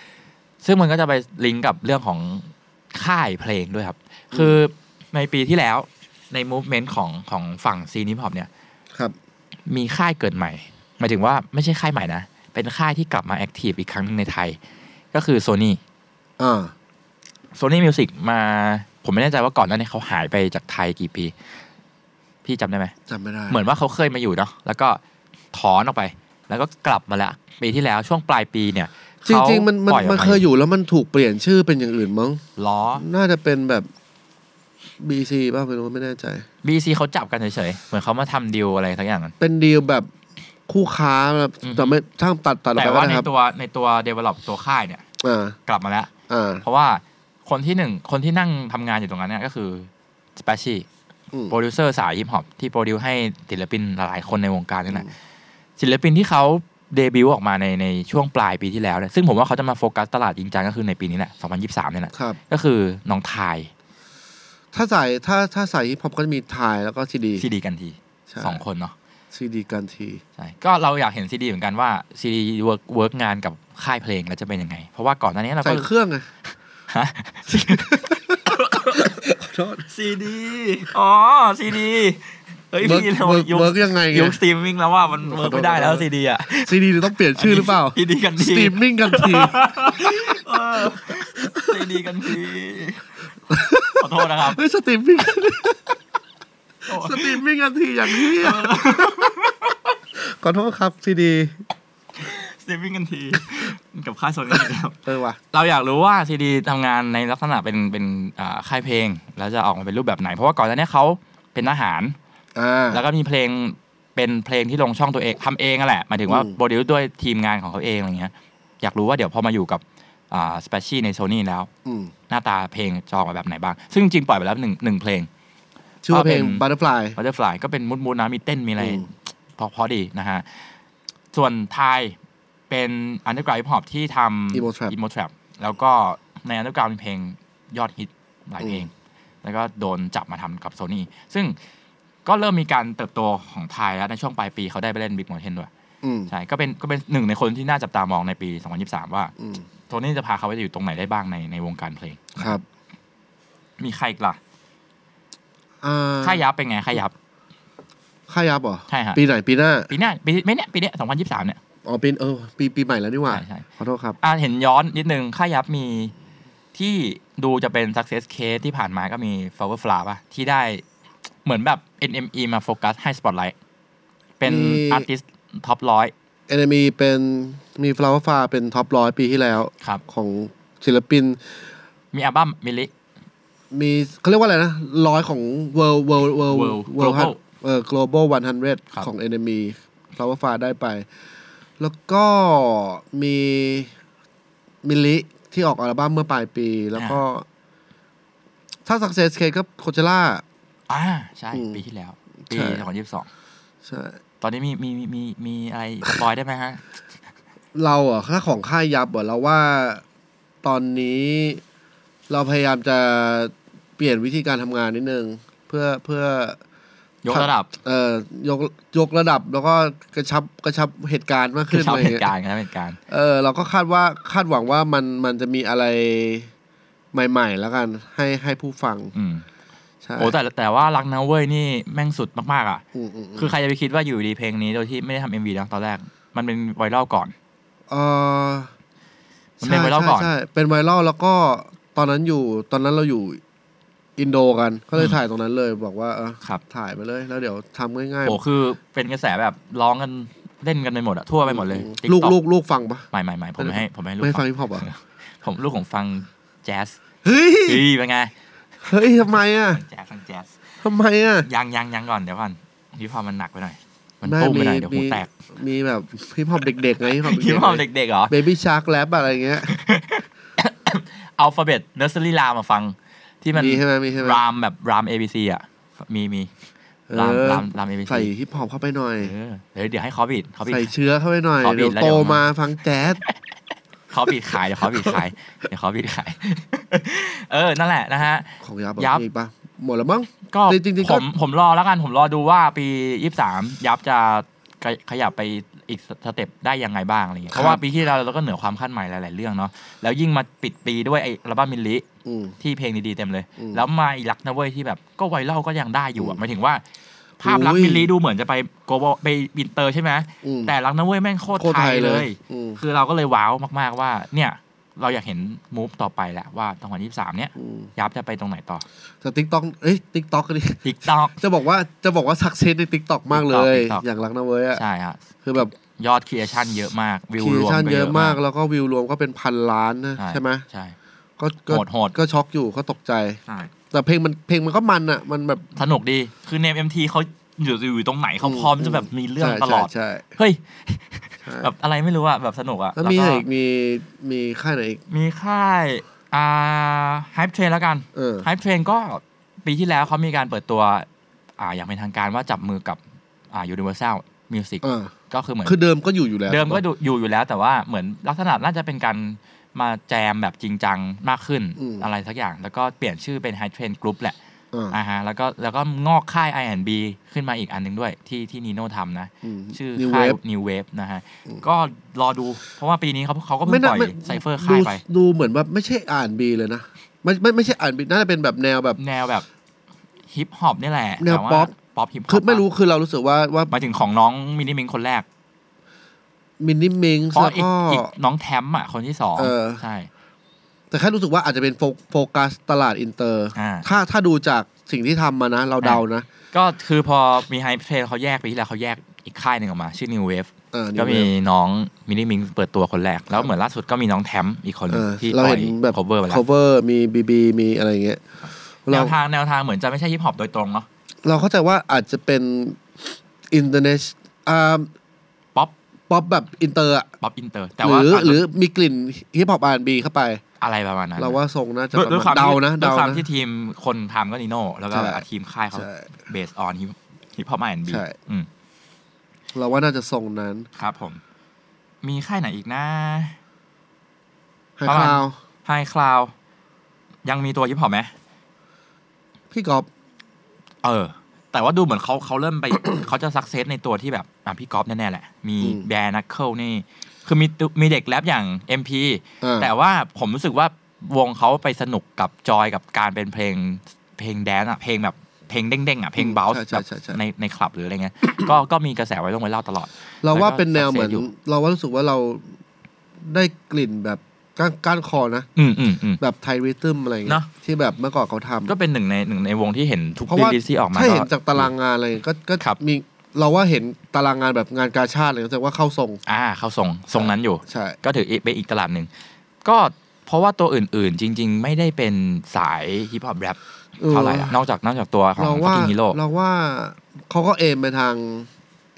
E: ซึ่งมันก็จะไปลิงก์กับเรื่องของค่ายเพลงด้วยครับ คือในปีที่แล้วใน movement ของของฝั่งซีนิพอปเนี่ย
D: ครับ
E: มีค่ายเกิดใหม่หมายถึงว่าไม่ใช่ค่ายใหม่นะ เป็นค่ายที่กลับมาแอคทีฟอีกครั้งหนึงในไทย ก็คือโซนี่
D: อ่า
E: โซนี่มิวสิกมา ผมไม่แน่ใจว่าก่อนหน้านี้เขาหายไปจากไทยกี่ปี พี่จำได้ไหม
D: จำไม่ได้
E: เหมือนว่าเขาเคยมาอยู่เนาะ แล้วก็ถอนออกไป แล้วก็กลับมาละปีที่แล้วช่วงปลายปีเนี่ย
D: จริงๆมันมัน
E: ขาปล่อออกา
D: มันเคยอยู่แล้วมันถูกเปลี่ยนชื่อเป็นอย่างอื่นมั้ง
E: ล้อ
D: น่าจะเป็นแบบ BC ป่ะไม่รู้ไม่แน่ใจ
E: BC เขาจับกันเฉยๆ เหมือนเขามาทำดีลอะไรทั้งอย่างนั้น
D: เป็นดีลแบบคู่ค้าแบบ
E: อืม
D: แต่ไม่ช่างตัดตัดออก
E: แต่
D: ไป
E: ว่า
D: ก็
E: ใน
D: ได้ครับ
E: ตัวในตัว develop ตัวค่ายเนี่ย
D: อ่าก
E: ลับมาแล้ว
D: อ่า
E: เพราะว่าคนที่หนึ่งคนที่นั่งทำงานอยู่ตรงนั้นเนี่ยก็คือสเปชี่
D: อืม
E: โปรดิวเซอร์สายฮิปฮอปที่โปรดิวให้ศิลปินหลายๆคนในวงการนี่แหละศิลปินที่เขาเดบิวต์ออกมาในในช่วงปลายปีที่แล้วเนี่ยซึ่งผมว่าเขาจะมาโฟกัสตลาดจริงจังก็คือในปีนี้แหละ2023เนี่ยแหละ
D: ครับ
E: ก็คือน้องทาย
D: ถ้าใส่ถ้าถ้าใส่ฮิปฮอปก็จะมีทายแล้วก็ซีดี
E: ซีดีกันที
D: ใช่
E: สองคนเนาะ
D: ซีดีกันที
E: ใช่ก็เราอยากเห็นซีดีเหมือนกันว่าซีดีเวิร์กเวิร์กงานกับค่ายเพลงแล้วจะเป็นยังไง เพราะว่าก่อนหน้านี้เรา
D: ใส่
E: ก็
D: เครื่องไง
E: ฮะ
D: ขอโทษ
E: ซีดี อ๋อซีดีเฮ้ย
D: เวิร์ก
E: พี่เรา
D: เวิร์ก
E: ยุค
D: เวิร์กยังไงไง
E: ยุคสตรีมมิ่งแล้วว่ามัน
D: ขอโทษ
E: เวิร์กไม่ได้แล้ว
D: ขอโทษ
E: ซีดีอ่ะ
D: ซีดีต้องเปลี่ยนชื่อหรือเปล่า
E: ซีดีกัน
D: ส
E: ที
D: ตรีมมิ่งกันที
E: ซีดีกัน ทีขอโทษนะครับ
D: เฮ้ยสตรีมมิ่ งสตรีมมิ่งกันทีอย่างนี้ยขอโทษครับซีดี
E: สตรีมมิ่งกันทีกับค่ายโซนี่นะครับ
D: เออว่ะ
E: เราอยากรู้ว่าซีดีทำงานในลักษณะเป็นเป็นอ่าค่ายเพลง แล้วจะออกมาเป็นรูปแบบไหน เพราะว่าก่อนหน้านี้เขาเป็นทหาร
D: อ่า
E: แล้วก็มีเพลงเป็นเพลงที่ลงช่องตัวเองทำเองนั่นแหละหมายถึงว่า
D: อืม
E: โปรดิวซ์ด้วยทีมงานของเขาเองอะไรเงี้ยอยากรู้ว่าเดี๋ยวพอมาอยู่กับอ่าสเปชชี่ในโซนี่แล้ว
D: อืม
E: หน้าตาเพลงจะออกมาแบบไหนบ้าง ซึ่งจริงๆปล่อยไปแล้วหนึ่งหนึ่งเพลง
D: ชื่อว่าเพลง
E: ก็เป็น
D: Butterfly
E: บัตเตอร์ฟลายก็เป็นมุดมูดๆนะมีเต้นมีอะไร
D: อืม
E: พอพอดีนะฮะ ส่วนไทยเป็นอันเดอร์กราวด์ฮิปฮอปที่ทำ
D: Emo Trap
E: โมทรแล้วก็ในอันเดอร์กราวด์มีเพลงยอดฮิตหลายเพลง แล้วก็โดนจับมาทำกับโซนี่ซึ่งก็เริ่มมีการเติบโตของไทยแล้วในช่วงปลายปีเขาได้ไปเล่นบิ๊กมอ t เทนด้วย
D: อืม
E: ใช่ ก็เป็นก็เป็นหนึ่งในคนที่น่าจับตามองในปี 2023 ว่า
D: อืม
E: โซนี่จะพาเขาไปอยู่ตรงไหนได้บ้างในในวงการเพลง
D: ครับ
E: มีใครอีกล่ะ
D: อ่า
E: ค่ายยับเป็นไงค่ายยับ
D: ค่ายับเหรอ
E: ใช่ฮะ
D: ปีไหนปีหน้า
E: ปีหน้าปีไม่เนี่ยปีเนี้ยสองพันยี่สิบสามเนี่ย
D: อ๋อปีเออปีปีใหม่แล้วนี่หว่า
E: ใช่ใช่
D: ขอโทษครับ
E: อ่าเห็นย้อนนิดนึง ค่ายับมีที่ดูจะเป็น success case ที่ผ่านมาก็มี flower flower ป่ะ ที่ได้เหมือนแบบ NME มาโฟกัสให้ spotlight เป็น
D: มี
E: artist top ร้อย
D: enemy เป็นมีฟลาวฟ้าเป็นท็อปร้อยปีที่แล้ว
E: ครับ
D: ของศิลปิน
E: มีอัลบั้มมิลิ
D: มีเขาเรียกว่าอะไรนะร้อยของ world world world
E: World
D: world
E: Global
D: เออ global 100
E: ครับ
D: ของ enemy ฟลาวฟ้าได้ไป แล้วก็มีมิลลิที่ออกอัลบั้มเมื่อปลายปี แล้วก็ ถ้า success case ก็โคเชล่า
E: อ่า ใช่
D: อืม
E: ปีที่แล้ว ปี
D: ใช่
E: สองพันยี่สิบสอง
D: ใช่
E: ตอนนี้มีมีมีมีมีอะไรสปอยได้ไหมฮะ
D: เราเหรอ่ะถ้าของค่ายยับเหรอ่ะเราว่าตอนนี้เราพยายามจะเปลี่ยนวิธีการทำงานนิดนึง เพื่อเพื่อย
E: กระดับ
D: เอ่อยกยกระดับแล้วก็กระชับกระชับเหตุการณ์มาก
E: คื
D: ขึ้
E: อน ชาว
D: อะไร
E: เหตุ
D: เงี้
E: การ
D: ย
E: ณ์ครับเหตุการณ์
D: เออเราก็คาดว่าคาดหวังว่ามันมันจะมีอะไรใหม่ ๆ แล้วกันให้ให้ผู้ฟัง
E: อืม
D: ใช่
E: โอ้แต่แต่ว่ารักนะเว้ยนี่แม่งสุดมาก ๆ อ่ะ
D: อืมอืมอืม
E: คือใครจะไปคิดว่าอยู่ดีเพลงนี้โดยที่ไม่ได้ทำเอ็มวีนะตอนแรก มันเป็นไวรัลก่อน
D: เออ
E: มันเป็นไวรัลก่อน
D: ใช่ใช่เป็นไวรัลแล้วก็ตอนนั้นอยู่ตอนนั้นเราอยู่อินโดกันก็เลยถ่ายตรงนั้นเลยบอกว่าเออ
E: ครับ
D: ถ่ายไปเลยแล้วเดี๋ยวทำง่าย
E: โอ้คือเป็นกระแสแบบร้องกันเล่นกันไปหมดอะทั่วไปหมดเลย
D: ลูก
E: TikTok
D: ลูกลูกฟังปะ
E: ไม่ไม่ไม่ผมไม่ให้ผมไม่ให้ลูก
D: ไม่ฟั
E: ฟั
D: ง
E: ง
D: ฮิปฮอปเหรอ่ะ
E: ผมลูกผมฟังแจ๊ส
D: เฮ้ย
E: ดีเป็นไง
D: เฮ้ยทำไมอ่ะ
E: แจ๊สฟังแจ๊ส
D: ทำไมอ่ะ
E: ยังยังยังก่อนเดี๋ยวก่อนฮิปฮอปมันหนักไปหน่อย มันตุ้มไปหน่อยเดี๋ยวหูแตก
D: มีแบบฮิปฮอปเด็กๆไง
E: ฮิปฮอปเด็กๆเหรอ
D: เบบี้ชาร์กแรปอะไรอย่างเงี้ย
E: อัลฟาเบตเนอร์เซอรี่รามมาฟัง ที่มัน
D: มีใช่ไหมมีใช่ไหม
E: รามแบบราม A B C อ่ะ มีมี
D: เออ
E: รามรามราม A B C
D: ใส่ฮิปฮอปเข้าไปหน่อย
E: เออเดี๋ยวเดี๋ยวให้คอบีดคอบีด
D: ใส่เชื้อเข้าไปหน่อย
E: ขอบิด
D: เดี๋ยว
E: แล้ว
D: โต
E: เดี๋ยว
D: มาฟังแจ๊ส
E: ขอบิดขายเดี๋ยวขอบิดขายเดี๋ยวขอบิดขาย เออ นั่นแหละนะฮะ
D: ของยับ
E: ยับ
D: มีอีกปะหมดแล้วมั้ง
E: ก็
D: จริงๆก็
E: ผมผมรอแล้วกันผมรอดูว่าปียี่สามยับจะขยขยับไปอีกสเต็ปได้ยังไงบ้างอะไรเงี้ยเพราะว่าปีที่แล้วเราก็เหนือความคาดหมายหลาย ๆ เรื่องเนาะแล้วยิ่งมาปิดปีด้วยไอ้อัลบั้มมิลลิ
D: อืม
E: ที่เพลงดี ๆ เต็มเลย
D: อืม
E: แล้วมาอีกลักนะเว้ยที่แบบก็ไวรัลก็ยังได้อยู่
D: อื
E: อะ
D: ม
E: หมายถึงว่า ภาพลักษ
D: อุ้ย
E: ณ์มิลลิดูเหมือนจะไปโกลบอลไปบินเตอร์ใช่ไหม
D: อืม
E: แต่ลักนะเว้ยแม่งโคตร
D: โคตร
E: ไท
D: ไท
E: ย
D: ย
E: เล
D: เลย ยอืม
E: คือเราก็เลยว้าวมากๆว่า เนี่ย เราอยากเห็นมูฟต่อไปแหละว่าตองวันยี่สามเนี่ย
D: อืม
E: ยับจะไปตรงไหนต่อ
D: แต่ติ๊กต็อกเอ้ย ติ๊กต็อกนี่
E: ทิกตอก
D: จะบอกว่าจะบอกว่าสักเซสในติ๊กต็อกมากเลย
E: TikTok
D: อย่างรักนะเว้ยอ่ะ
E: ใช่ฮะ
D: คือแบบ
E: ยอดครีเอชันเยอะมาก วิว
D: คิว
E: รวม
D: ชั่น
E: ก็
D: เยอะมากแล้วก็วิวรวมก็เป็นพันล้านนะใช่ไหม
E: ใช่
D: ก็ก็
E: โหดๆ
D: ก็ช็อกอยู่ก็ตกใจ
E: ใช่
D: แต่เพลงมันเพลงมันก็มันอ่ะ มันแบบ
E: สนุกดีคือเนม MT เขาอยู่อยู่ตรงไหนเขาพร้อมจะแบบมีเรื่อง
D: ใช่
E: ตลอด
D: ใช่
E: เฮ้ย
D: ใช่
E: แบบอะไรไม่รู้อะแบบสนุกอะ
D: แล้ว
E: แล้ว
D: มีอะไร
E: ก็
D: อีกมีมีค่ายไหนอีก
E: มีค่าย อ่าไฮป์เทรนแล้วกัน
D: เออ
E: ไฮป์เทรนก็ปีที่แล้วเขามีการเปิดตัว อ่าอย่างเป็นทางการว่าจับมือกับ อ่า Universal Music
D: อ่า
E: ก็คือเหมือน
D: คือเดิมก็อยู่อยู่แล้ว
E: เดิมก็ดูอยู่อยู่แล้วแต่ว่าเหมือนลักษณะน่าจะเป็นการมาแจมแบบจริงจังมากขึ้นอะไรสักอย่าง แล้วก็เปลี่ยนชื่อเป็น High Train Group แหละ
D: อ่า
E: อ่าฮะแล้วก็แล้วก็งอกค่าย R&B ขึ้นมาอีกอันหนึงด้วยที่ที่นีโน่ทำนะ ชื่อ
D: นิว
E: ค่า
D: เวย ฟ
E: New Wave นะฮะ ก็รอดู เพราะว่าปีนี้เขาเขาก็เพิ่งปล่อยไซเฟอร์ค่ายไป
D: ดูเหมือนแบบไม่ใช่อ่านบีเลยนะไม่ไม่ไม่ใช่อ่านบีน่าจะเป็นแบบแนวแบบ
E: แนวแบบฮิปฮอปนี่แหละ
D: แนว
E: ต่า
D: ป๊อป
E: ป๊อปฮิปฮอป
D: คือไม่รู้คือเรารู้สึกว่าว่า
E: หมายถึงของน้องมินิมิงคนแรก
D: มินิมิง
E: เพ
D: แล้ว
E: ราะอีก
D: ก็
E: อีกน้องแทมอ่ะคนที่สอง
D: เออ
E: ใช่
D: แต่แค่รู้สึกว่าอาจจะเป็นโฟโฟกัสตลาดอินเตอร์
E: อ่า
D: ถ้าถ้าดูจากสิ่งที่ทำมานะ เราเดานะ
E: ก็คือพอมีไฮเทรนเขาแยกปีที่แล้วเขาแยกอีกค่ายหนึ่งออกมา ชื่อ New Wave
D: เออ New
E: ก็มี
D: Wave
E: น้องมินิมิงเปิดตัวคนแรก แล้วเหมือนล่าสุดก็มีน้องแทมอีกคนห
D: เอ
E: นึ่ง
D: อ
E: ที่
D: เรา
E: ปล่อ
D: เห็
E: ย
D: นแบบ
E: cover ไปแล้ว
D: cover มีบีบีมีอะไรอย่างเงี้ย
E: แน
D: เรา
E: วทางแนวทางเหมือนจะไม่ใช่ฮิปฮอปโดยตรงเนาะ
D: เราเข้าใจว่าอาจจะเป็นอินเตอร์เนชอ่า
E: ป๊อป
D: ป๊อปแบบอินเตอร์อะ
E: ป๊อปอินเตอร์ แต่
D: ห
E: ว่า
D: รือ
E: อาจจะ
D: หรือมีกลิ่นฮิปฮอปอาร์บีเข้าไป
E: อะไรประมาณนั้น
D: เราว่าทรงน่าจะ
E: ด้วย
D: ประ
E: ด้วย
D: มาว
E: คาม
D: ณเดา
E: ที่
D: นะ
E: ด้วย
D: เดา
E: ความ
D: นะ
E: ที่ทีมคนทำก็นิโน่แล้วก็
D: ใช่
E: ทีมค่ายเขา
D: ใช่
E: เบสออนฮิปฮอปแอนด์บี
D: ใช่
E: อืม
D: เราว่าน่าจะทรงนั้น
E: ครับผม มีค่ายไหนอีกนะ
D: ไฮ
E: ประ
D: ค
E: มาณ
D: ลาว
E: ไฮคลาวยังมีตัวฮิปฮอปไหม
D: พี่กอบ
E: เออ แต่ว่าดูเหมือนเขาเขาเริ่มไป เขาจะสักเซสในตัวที่แบบ อ่ะพี่ก๊อฟแน่ๆแหละ มีแบร์นักเคิลนี่ คือมีตุมีเด็กแรปอย่าง MP แต่ว่าผมรู้สึกว่าวงเขาไปสนุกกับจอยกับการเป็นเพลงเพลงแดนซ์อะเพลงแบบ เพลงเด้งๆอ่ะเพลงเบล
D: ใช่
E: ส์
D: ใช่
E: แบบ
D: ใช่ใช่
E: ในในคลับหรืออะไรเงี้ย ก็ก็มีกระแสไว้ลงไว้เล่าตลอด
D: เราว่าเป็นแนวเหมือน
E: แล้ว
D: เรา
E: ก็ success อยู่
D: ว่ารู้สึกว่าเราได้กลิ่นแบบก้านก้านคอนะ
E: อืมอืมอืม
D: แบบไทยริทึมอะไรอย่างเงี้
E: เน
D: ย
E: อะ
D: ที่แบบเมื่อก่อนเขาทำ
E: ก็เป็นหนึ่งในหนึ่งในวงที่เห็นทุก
D: เพราะ
E: รี
D: ว่า
E: ลิสที่ออกมา
D: ถ้า
E: ก็
D: เห็นจากตารางงานอะไรก็ก็
E: ครับ
D: มีเราว่าเห็นตารางงานแบบงานกาชาติเลยแสดงว่าเข้าทรง
E: อ่าเข้าทรงทรงนั้นอยู่
D: ใช่
E: ก็ถือเป็นอีกตลาดหนึ่ง ก็เพราะว่าตัวอื่นๆ จริง ๆ ไม่ได้เป็นสายฮิปฮอปแรปเท่าไหร่อะนอกจากนอกจากตัวของ
D: เรา
E: ฟัก
D: ว่า
E: กิ้งฮีโร่
D: เราว่าเขาก็เอมไปทาง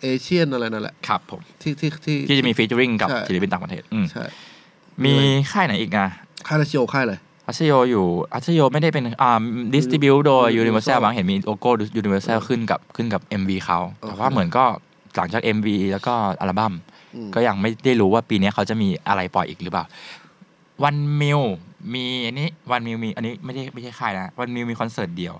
D: เอเชียนอะไรนั่นแหละ
E: ครับผม
D: ที่ที่ที่
E: ที่จะมีฟีเจอริงกับ
D: ใช่
E: ศิลปินต่างประเทศอืม
D: ใช่
E: มีค่ายไหนอีกอะ
D: ค่ายราชโยค่ายอะไร
E: อัชโยอยู่อัชโยไม่ได้เป็นอ่าดิสติบิวโดยยูนิเวอร์แซลบางเห็นมีโลโก้ยูนิเวอร์แซลขึ้นกับขึ้นกับ MV เขาแต่ว่าเหมือนก็หลังจาก MV แล้วก็อัลบั้ม
D: อืม
E: ก็ยังไม่ได้รู้ว่าปีนี้เขาจะมีอะไรปล่อยอีกหรือเปล่า วันมิวมีอันนี้วันมิวมีอันนี้ไม่ได้ไม่ใช่ค่ายนะวันมิวมีคอนเสิร์ตเดียว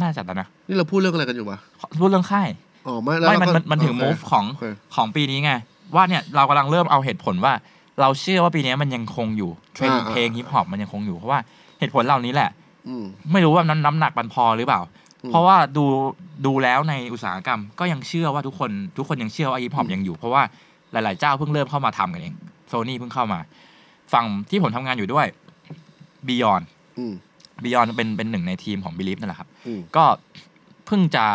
E: น่าจัดแล้วนะ
D: นี่เราพูดเรื่องอะไรกันอยู่วะ
E: พูดเรื่องค่าย
D: อ๋อไม่แล้ว
E: ไม่
D: เรา
E: มัน
D: ก็
E: มันมันถึง
D: โอเค
E: move ของ
D: โอเค
E: ของปีนี้ไง ว่าเนี่ยเรากำลังเริ่มเอาเหตุผลว่า เราเชื่อว่าปีนี้มันยังคงอยู่เทรนด์
D: อ่า
E: เพลงฮิปฮอปมันยังคงอยู่เพราะว่าเหตุผลเหล่านี้แหละ
D: อืม
E: ไม่รู้ว่าน้ำน้ำหนักมันพอหรือเปล่า
D: อืม
E: เพราะว่าดูดูแล้วในอุตสาหกรรมก็ยังเชื่อว่าทุกคนทุกคนยังเชื่อว่าฮิปฮอปยังอยู่ เพราะว่าหลาย ๆ เจ้าเพิ่งเริ่มเข้ามาทำกันเองโซนี่เพิ่งเข้ามา ฝั่งที่ผมทำงานอยู่ด้วยบียอน
D: อืม
E: บียอนเป็นเป็นหนึ่งในทีมของบิลิฟนั่นแหละครับ
D: อืม
E: ก็เพิ่งจะ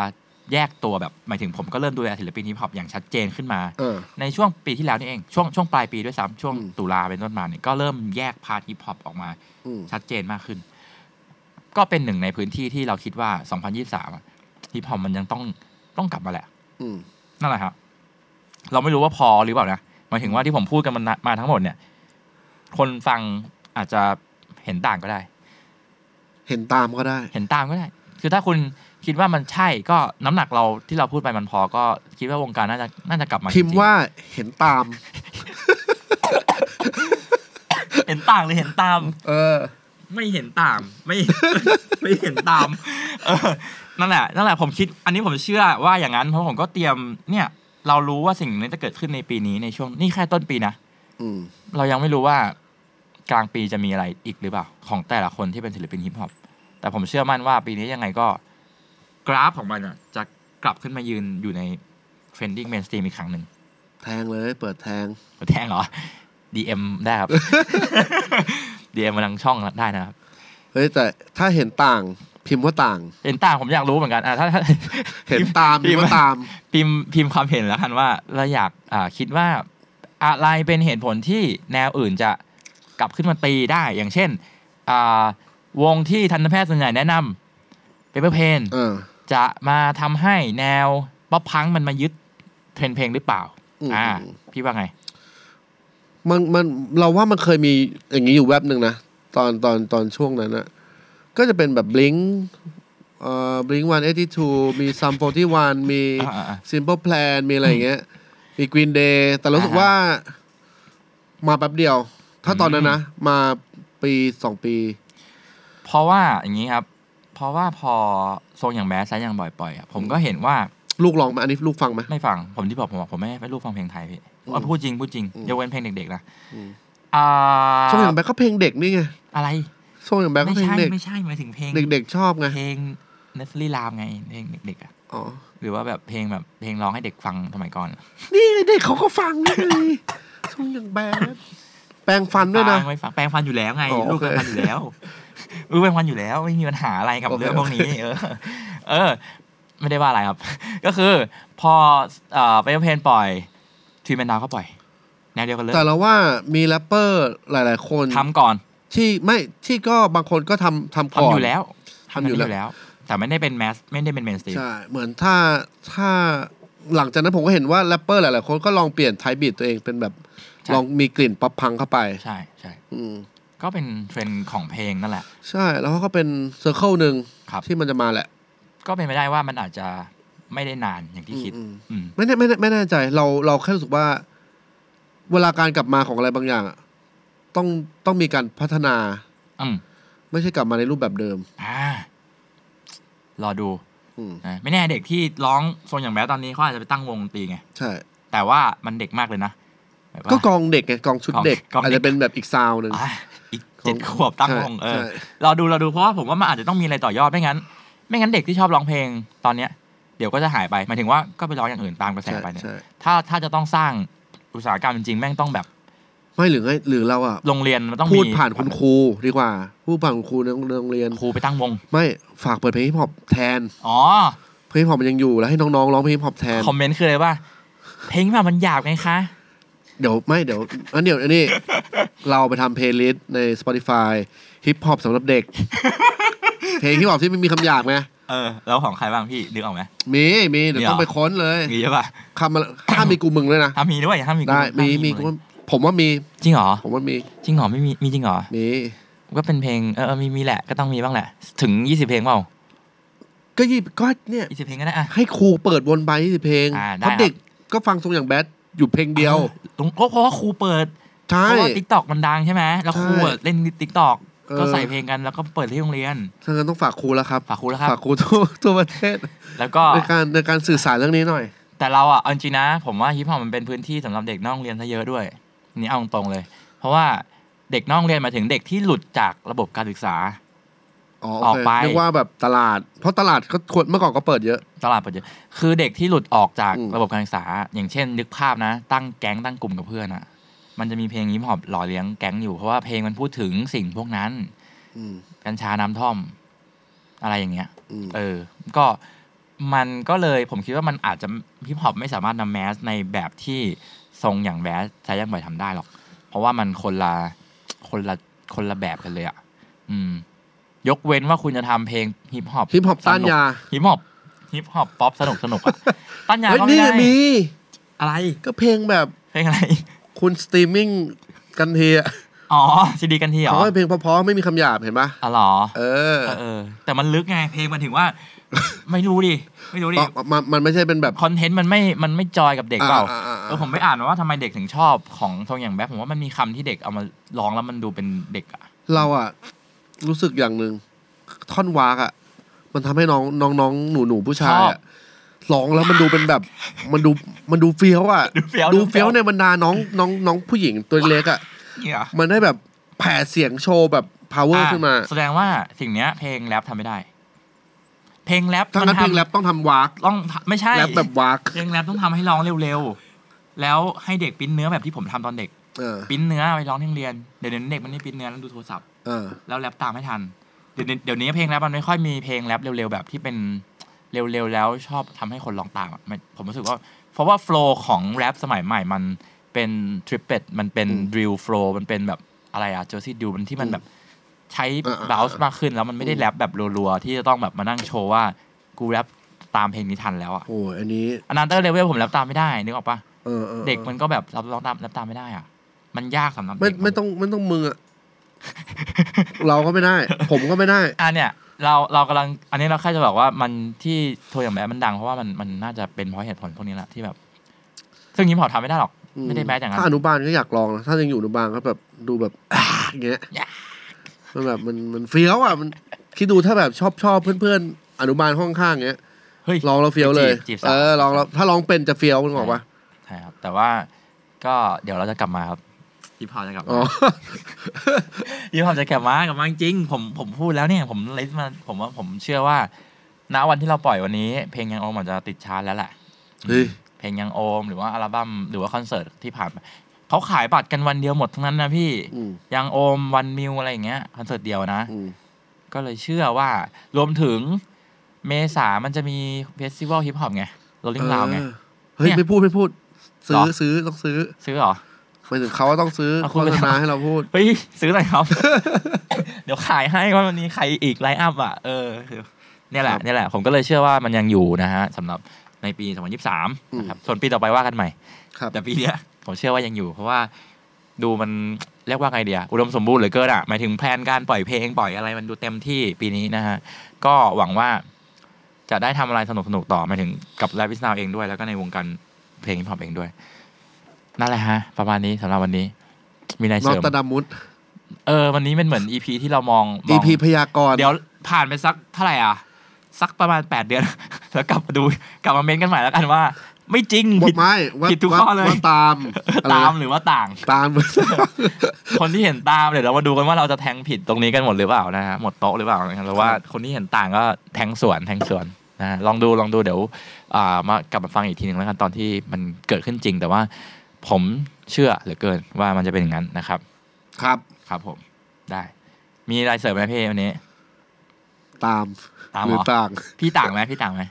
E: แยกตัวแบบหมายถึงผมก็เริ่มดูแลศิลปินฮิปฮอปอย่างชัดเจนขึ้นมา
D: เออ
E: ในช่วงปีที่แล้วนี่เองช่วงช่วงปลายปีด้วยซ้ำช่วง
D: อืม
E: ตุลาเป็นต้นมาเนี่ยก็เริ่มแยกพาร์ทฮิปฮอปออกมา
D: อืม
E: ชัดเจนมากขึ้น ก็เป็นหนึ่งในพื้นที่ที่เราคิดว่า 2023อะฮิปฮอปมันยังต้องต้องกลับมาแหละ
D: อืม
E: นั่นแหละครับ เราไม่รู้ว่าพอหรือเปล่านะ หมายถึงว่าที่ผมพูดกันมันมาทั้งหมดเนี่ย คนฟังอาจจะเห็นต่างก็ได้
D: เห็นตามก็ได้
E: เห็นตามก็ได้ คือถ้าคุณคิดว่ามันใช่ก็น้ำหนักเราที่เราพูดไปมันพอ ก็คิดว่าวงการน่าจะน่าจะกลับมา
D: พิมพ์
E: จริงๆ
D: ว่าเห็นตาม
E: เห็นต่างหรือเห็นตาม
D: เออ
E: ไม่เห็นตามไม่ ไม่เห็นตาม เออนั่นแหละนั่นแหละผมคิด อันนี้ผมเชื่อว่าอย่างนั้นเพราะผมก็เตรียมเนี่ย เรารู้ว่าสิ่งนี้จะเกิดขึ้นในปีนี้ในช่วงนี่แค่ต้นปีนะ
D: อืม
E: เรายังไม่รู้ว่ากลางปีจะมีอะไรอีกหรือเปล่า ของแต่ละคนที่เป็นศิลปินฮิปฮอปแต่ผมเชื่อมั่นว่าปีนี้ยังไงก็ กราฟของมันอะจะกลับขึ้นมายืนอยู่ในเทรนดิ้งเมนสตรีมอีกครั้งหนึ่ง
D: แทงเลย เปิดแทง
E: แทงเหรอ DM ได้ครับ DM มาทางช่องได้นะครับ
D: เฮ้ย แต่ถ้าเห็นต่าง พิมพ์ว่าต่าง
E: เห็นต่างผมอยากรู้เหมือนกันอ่ะถ้าถ้า
D: เห็นตาม
E: พิ
D: พิม
E: ม
D: พ์
E: พ์
D: ว่าตาม
E: พิมพ์พิมพ์ความเห็นแล้วกันว่าเราอยากอ่าคิดว่าอะไรเป็นเหตุผลที่แนวอื่นจะกลับขึ้นมาตีได้ อย่างเช่นอ่าวงที่ทันตแพทย์ส่วนใหญ่แนะนำเปเปอร์เพน
D: เออ
E: จะมาทำให้แนวป๊อปพังมันมายึดเทรนด์เพลงหรือเปล่า
D: อืม
E: อ่า พี่ว่าไง
D: มันมันเราว่ามันเคยมีอย่างนี้อยู่แว็บหนึ่งนะ ตอนตอนตอนช่วงนั้นอะก็จะเป็นแบบบลิงเอ่อบลิงวันเอทีทูมีซัมโฟที่วันมี
E: อ่าอ่าอ่า
D: ซิมเ l ิลแพลนมีอะไรอย่างเงี้ย มีกรีนเดย์แต่เรารู้สึก
E: อ่าฮะ
D: ว่ามาแป๊บเดียว ถ้าตอนนั้นนะ มาปีสองปี
E: เพราะว่าอย่างนี้ครับ เพราะว่าพอทรงอย่างแบสไซส์อย่างบ่อยปล่อยๆอ่ะผมก็เห็นว่า
D: ลูกลองไหมอันนี้ลูกฟังไหม
E: ไม่ฟัง ผมที่บอกผมบอกผมไม่ไม่รู้ฟังเพลงไทยพี่เอาพูดจริงพูดจริง
D: อืม
E: ยกเว้นเพลงเด็กๆนะ
D: อืม
E: อ่า
D: ช่วงอย่างแบงค์ก็เพลงเด็กนี่ไง
E: อะไร
D: ช่วงอย่างแบงค์ก็
E: ไม่
D: เพลง
E: ใช่
D: เด็ก
E: ไม่ใช่หมายถึงเพลง
D: เด็กๆชอบไง
E: เพลงเนสลี่รามไงเพลงเด็กๆอ่ะ
D: อ๋อ
E: หรือว่าแบบเพลงแบบเพลงร้องให้เด็กฟังสมัยก่อนอะ
D: นี่เด็กเขาก็ฟังนี่ไงช่วงอย่างแบงค์แปลงฟันด้วยนะ
E: ฟังไม่ฟังแปลงฟันอยู่แล้วไง
D: อ๋อ
E: ลูก
D: โอเค
E: แปลงฟันอยู่แล้วเออแปลงฟันอยู่แล้วไม่มีปัญหาอะไรกับ
D: โอเค
E: เรื่องพวกนี้ เออ เออ ไม่ได้ว่าอะไรครับ ก็คือ พอเอ่อไปเพลงปล่อยทีแมนดาวก็ปล่อยแนวเดียวกันเลย
D: แต่เราว่ามีแรปเปอร์หลาย ๆ คน
E: ทำก่อน
D: ที่ไม่ที่ก็บางคนก็ทำทำ
E: ทำ
D: ก่อน
E: อยู่แล้ว
D: ทำอยู่แล้ว
E: แต่ไม่ได้เป็นแมสไม่ได้เป็นเมนสตรีม
D: ใช่เหมือนถ้าถ้าหลังจากนั้นผมก็เห็นว่าแรปเปอร์หลาย ๆ คนก็ลองเปลี่ยนไทป์บีทตัวเองเป็นแบบลองมีกลิ่นป๊อปพังเข้าไป
E: ใช่ใช่
D: อืม
E: ก็เป็นเทรนด์ของเพลงนั่นแหละ
D: ใช่แล้วก็เป็นเซอร์เคิลหนึ่ง
E: ครับ
D: ที่มันจะมาแหละ
E: ก็เป็นไปได้ว่ามันอาจจะไม่ได้นานอย่างที่คิด
D: อืม
E: อืม
D: ไม่แน่ไม่แน่ไม่แน่ใจเราเราแค่รู้สึกว่า เวลาการกลับมาของอะไรบางอย่างอะต้องต้องมีการพัฒนา
E: อืม
D: ไม่ใช่กลับมาในรูปแบบเดิม
E: อ่ารอดู
D: อืม
E: นะไม่แน่เด็กที่ร้องโซนอย่างแบดตอนนี้เขาอาจจะไปตั้งวงดนตรีไง
D: ใช่
E: แต่ว่ามันเด็กมากเลยนะแบบว่า
D: ก็กองเด็กไงกองชุดเด็ก
E: กองเด็ก
D: อาจจะเป็นแบบอีกซาวน์หนึ่ง
E: อ่ะอีกเจ็ดขวบตั้ง
D: ใช่
E: วงเออ
D: ใช่
E: รอดูรอดูเพราะว่าผมว่ามันอาจจะต้องมีอะไรต่อยอดไม่งั้น ไม่งั้นเด็กที่ชอบร้องเพลงตอนเนี้ย เดี๋ยวก็จะหายไปหมายถึงว่าก็ไปร้องอย่างอื่นตามกระแส
D: ใช่
E: ไปเนี่ย
D: ใช่
E: ถ้าถ้าจะต้องสร้างอุตสาหกรรมจริงๆแม่งต้องแบบ
D: ไม่หรือไงหรือเราอ่ะ
E: โรงเรียนมันต้องมี
D: พูดผ่านคุณครูดีกว่า พูดผ่านคุณครูในโรงเรียน
E: ครูไปตั้งวง
D: ไม่ฝากเปิดเพลงฮิปฮอปแทน
E: อ๋อ
D: เพลงฮิปฮอปมันยังอยู่แล้วให้น้องๆร้องเพลงฮิปฮอปแทน
E: คอมเมนต์คืออะไรว่า เพลงแบบมันหยาบไงคะ
D: เดี๋ยวไม่เดี๋ยวอันเดี๋ยวอันนี้ เราไปทำเพลย์ลิสต์ใน Spotify ฮิปฮอปสำหรับเด็ก เพลงฮิปฮอปที่ไม่มีคำหยาบไง
E: เออ แล้วของใครบ้างพี่นึกออกไหม
D: มีมีเดี๋ยว
E: มีเหรอ
D: ต้องไปค้นเลย
E: มีใช่ป่ะ
D: คำอะไรถ้ามีกูมึงด้วยนะ
E: ถ้ามีด้วยถ้ามีกู
D: ได้มีมี
E: กู
D: กูผมว่ามี
E: จริงเหรอ
D: ผมว่ามี
E: จริงเหรอไม่มีมีจริงเหรอ
D: มี
E: ก็เป็นเพลงเออเออมีมีแหละก็ต้องมีบ้างแหละ ถึงยี่สิบเพลงเปล่า
D: ก็ยี่ก็เนี่ย
E: ยี่สิบเพลงก็ได้อะ
D: ให้ครูเปิดวนไปที่เพลง
E: อ่าได้
D: เพราะ
E: ครับ
D: เด็กก็ฟังทรงอย่างแบดอยู่เพลงเดียว
E: ตรงก็เพราะว่าครูเปิด
D: ใช่
E: เพราะว่าทิกตอกมันดังใช่ไหมแล้วครูอะ
D: ใช่
E: เล่นทิกตอก
D: เออ
E: ก็ใส่เพลงกันแล้วก็เปิดที่โรงเรียน
D: ถ้างั้นต้องฝากครูแล้วครับ
E: ฝากครูแล้วครับ
D: ฝากครูทั่วทั่วประเทศ
E: แล้วก็
D: ในการในการสื่อสารเรื่องนี้หน่อย
E: แต่เราอ่ะเอาจริงนะ ผมว่าฮิปฮอปมันเป็นพื้นที่สำหรับเด็กนอกโรงเรียนซะเยอะด้วย นี่เอาตรงๆเลย เพราะว่าเด็กนอกโรงเรียนหมายถึงเด็กที่หลุดจากระบบการศึกษา
D: อ๋อ
E: อ
D: โอ
E: อก
D: เค
E: ไป
D: นึกว่าแบบตลาด เพราะตลาดก็ควรเมื่อก่อนก็เปิดเยอะ
E: ตลาดปัจจุบันคือเด็กที่หลุดออกจาก
D: อืม
E: ระบบการศึกษา อย่างเช่น นึกภาพนะ ตั้งแก๊งตั้งกลุ่มกับเพื่อนอะมันจะมีเพลงฮิปฮอปหล่อเลี้ยงแก๊งอยู่เพราะว่าเพลงมันพูดถึงสิ่งพวกนั้น
D: อืม
E: กัญชาน้ำท่อม อะไรอย่างเงี้ย
D: อืม
E: เออ ก็มันก็เลยผมคิดว่ามันอาจจะฮิปฮอปไม่สามารถนำแมสในแบบที่ทรงอย่างแบสใช้ยังบ่อยทำได้หรอก เพราะว่ามันคนละคนละคนละแบบกันเลยอะอืม ยกเว้นว่าคุณจะทำเพลงฮิปฮอป
D: ฮิปฮอปต้านยา
E: ฮิปฮอปฮิปฮอปป๊อปสนุกสนุก อะต้านยา
D: เฮ้ย
E: ก็ไม่
D: นี่
E: ได้
D: มี
E: อะไร
D: ก็เพลงแบบ
E: เพลงอะไร
D: คุณสตรีมมิ่งกันทีอะ
E: อ๋อซีดีกันทีเหรอ
D: เขาให้เพลงเพราะๆไม่มีคำหยาบเห็นปะ
E: อ๋อเหรอ
D: เออ
E: เออเออ แต่มันลึกไงเพลงมันถึงว่า ไม่รู้ดิไม่ รู้ดิ
D: ก็มันมันไม่ใช่เป็นแบบ
E: คอนเทนต์มันไม่ มันไม่จอยกับเด็กเปล่า
D: อ่าอ่าอ่า
E: เออผมไปอ่านมาว่าทำไมเด็กถึงชอบของทรงอย่างแบ๊บผมว่ามันมีคำที่เด็กเอามาร้องแล้วมันดูเป็นเด็กอะ
D: เราอะรู้สึกอย่างหนึ่งท่อนวากอะมันทำให้น้องน้องน้องหนูหนูผู้ชายอะร้องแล้วมันดูเป็นแบบ มันดูมันดูเฟี้ยวอะ
E: ดูเฟี้ยว
D: ดูเฟี้ยวในบรรดาน้องน้องน้องผู้หญิงตัวเล็กอะ
E: เนี่ย
D: มันได้แบบแผ่เสียงโชว์แบบ power
E: อ่ะ
D: ขึ้นมา
E: แสดงว่าสิ่งเนี้ย เพลงแรปทำไม่ได้ เพลงแรป
D: ทั้ง
E: มั
D: นั้นเพลง
E: ทำ
D: แรปต้องทำวาก
E: ต้องไม่ใช่
D: แรปแบบวาก
E: เพลงแรปต้องทำให้ร้องเร็วๆ แล้วให้เด็กปริ้นเนื้อแบบที่ผมทำตอนเด็ก
D: เออ
E: ปริ้นเนื้อไปร้องที่โรงเรียน เดี๋ยวนี้เด็กมันไม่ปริ้นเนื้อแล้วดูโทรศัพท์
D: เออ
E: แล้วแรปตามให้ทัน เดี๋ยวนี้เดี๋ยวนี้เพลงแรปมันไม่ค่อยมีเพลงแรปเร็วๆแบบที่เป็นเร็วๆแล้วชอบทำให้คนร้องตามอะมันผมรู้สึกว่า เพราะว่าโฟล์ของแรปสมัยใหม่มันเป็นทริปเปตมันเป็น
D: อืม
E: ดริลโฟล์มันเป็นแบบอะไรอะเจอซี่ดิวมันที่มันแบบใช้
D: อ่าๆๆ
E: บ u ว c ์มากขึ้น แล้วมันไม่ได้แรปแบบรัวๆ ที่จะต้องแบบมานั่งโชว์ว่ากูแรปตามเพลงนี้ทันแล้วอะ
D: โอ้ยอันนี้
E: อนันเตอร์เลเวลผมแรปตามไม่ได้นึกออกปะ
D: เออออออ
E: เด็กมันก็แบบรับร้องตามแรปตามไม่ได้อะมันยากสำหรับ
D: ไม่
E: เด็กน
D: ไม่ต้องไม่ต้องมึงอะเราก็ไม่ได้ ผมก็ไม่ได้
E: อันเนี่ยเราเรากำลังอันนี้เราแค่จะบอกว่ามันที่โทรอย่างแบดมันดังเพราะว่ามันมันน่าจะเป็นเพราะเหตุผลพวกนี้แหละที่แบบ ซึ่งยิ้มเผาทำไม่ได้หรอก ไม่ได้แบดอย่างนั้
D: ถ้าอน นุบาลก็อยากลองนะถ้ายังอยู่อนุบาลก็แบบดูแบบ อย่างเงี้ย
E: อยาก
D: มันแบบมันมันเฟี้ยวอ่ะมันคิดดูถ้าแบบชอบชอบเพื่อนๆอนุบาลห้องข้างๆเงี้ย
E: เฮ้ย
D: ลองแล้วเฟี้ยวเลย
E: จีบจีบสาว
D: เออลองแล้วถ้าลองเป็นจะเฟี้ยวมันบอกว่า
E: ใช่ครับ แต่ว่าก็เดี๋ยวเราจะกลับมาครับยิ้มเผาจะกลับ
D: อ๋อ
E: มา ยิ้มเผาจะกลับมากลับมาจริงๆผมผมพูดแล้วเนี่ย ผมลิสต์มาผมว่าผมเชื่อว่าณวันที่เราปล่อยวันนี้ เพลงยังโอมอาจจะติดชาร์ตแล้วแหละ
D: เฮ้ย
E: เพลงยังโอมหรือว่าอัลบั้มหรือว่าคอนเสิร์ตที่ผ่านมาเขาขายบัตรกันวันเดียวหมดทั้งนั้นนะพี่
D: อืม
E: ยังโอมวันมิวอะไรอย่างเงี้ยคอนเสิร์ตเดียวนะ
D: อืม
E: ก็เลยเชื่อว่ารวมถึงเมษามันจะมีเฟสติวัลฮิปฮอปไงโรลลิ่งลาวไง
D: เออเฮ้ย
E: เนี่ย
D: ไม่พูดไม่พูด ซื้
E: หร
D: อ
E: อ
D: ซื้อต้องซื้อ
E: ซื้อเหรอ
D: หมายถึงเขาว่าต้องซื้อ
E: เอาคุ
D: โฆ
E: ณไป
D: ษณา
E: ทำ
D: ให้เราพูด
E: เฮ้ย ซื้อหน่อยครับ เดี๋ยวขายให้ว่าวันนี้ใครอีกไลน์อัพอ่ะ เออ เนี่ยแห
D: ค
E: ละ
D: รับ
E: เนี่ยแหละ ผมก็เลยเชื่อว่ามันยังอยู่นะฮะสำหรับในปี 2023 นะครับ ส่วนปีต่อไปว่ากันใหม่
D: ครับ
E: แต่ปีเนี้ยผมเชื่อว่ายังอยู่ เพราะว่าดูมันเรียกว่าไงเดียอุดมสมบูรณ์เหลือเกินอ่ะหมายถึงแพลนการปล่อยเพลงปล่อยอะไรมันดูเต็มที่ปีนี้นะฮะ ก็หวังว่าจะได้ทำอะไรสนุกสนุกๆต่อหมายถึงกับไลฟ์พิสนาวเองด้วย แล้วก็ในวงการเพลงฮิปฮอปเองด้วยนั่นแหละฮะ ประมาณนี้สำหรับวันนี้ มีอะไร
D: น
E: เส
D: อก
E: ริม
D: ตะดามุด
E: เออวันนี้มันเหมือนอีพีที่เรามองมอง
D: EP พยากรณ์
E: เดี๋ยวผ่านไปสักเท่าไหร่อ่ะ สักประมาณ 8 เดือน แล้วกลับมาดูกลับมาเม้นกันใหม่แล้วกันว่า ไม่จริง
D: ว่า
E: ผิด
D: ไม่ว่า
E: ผิดทุก
D: ว่า
E: ข้อเลย
D: ว่าตามอะไรนะ
E: ตามหรือว่า ต่าง
D: ตาม
E: คนที่เห็นตามเดี๋ยวเรามาดูกันว่าเราจะแทงผิดตรงนี้กันหมดหรือเปล่านะฮะหมดโต๊ะหรือเปล่านะครับหรือว่าคนที่เห็นต่างก็แทงสวนแทงสวนนะฮะลองดูลองดูเดี๋ยวอ่ามากลับมาฟังอีกทีหนึ่งแล้วกันตอนที่มันเกิดขึ้นจริง แต่ว่าผมเชื่อเหลือเกินว่ามันจะเป็นอย่างนั้นนะครับ
D: ครับ
E: ครับผมได้ มีอะไรเสริมไหมพี่วันนี้
D: ตาม
E: ตาม
D: ห
E: เหร
D: รือ
E: อ
D: ต่าง
E: พี่ต่างไหมพี่ต่างไหม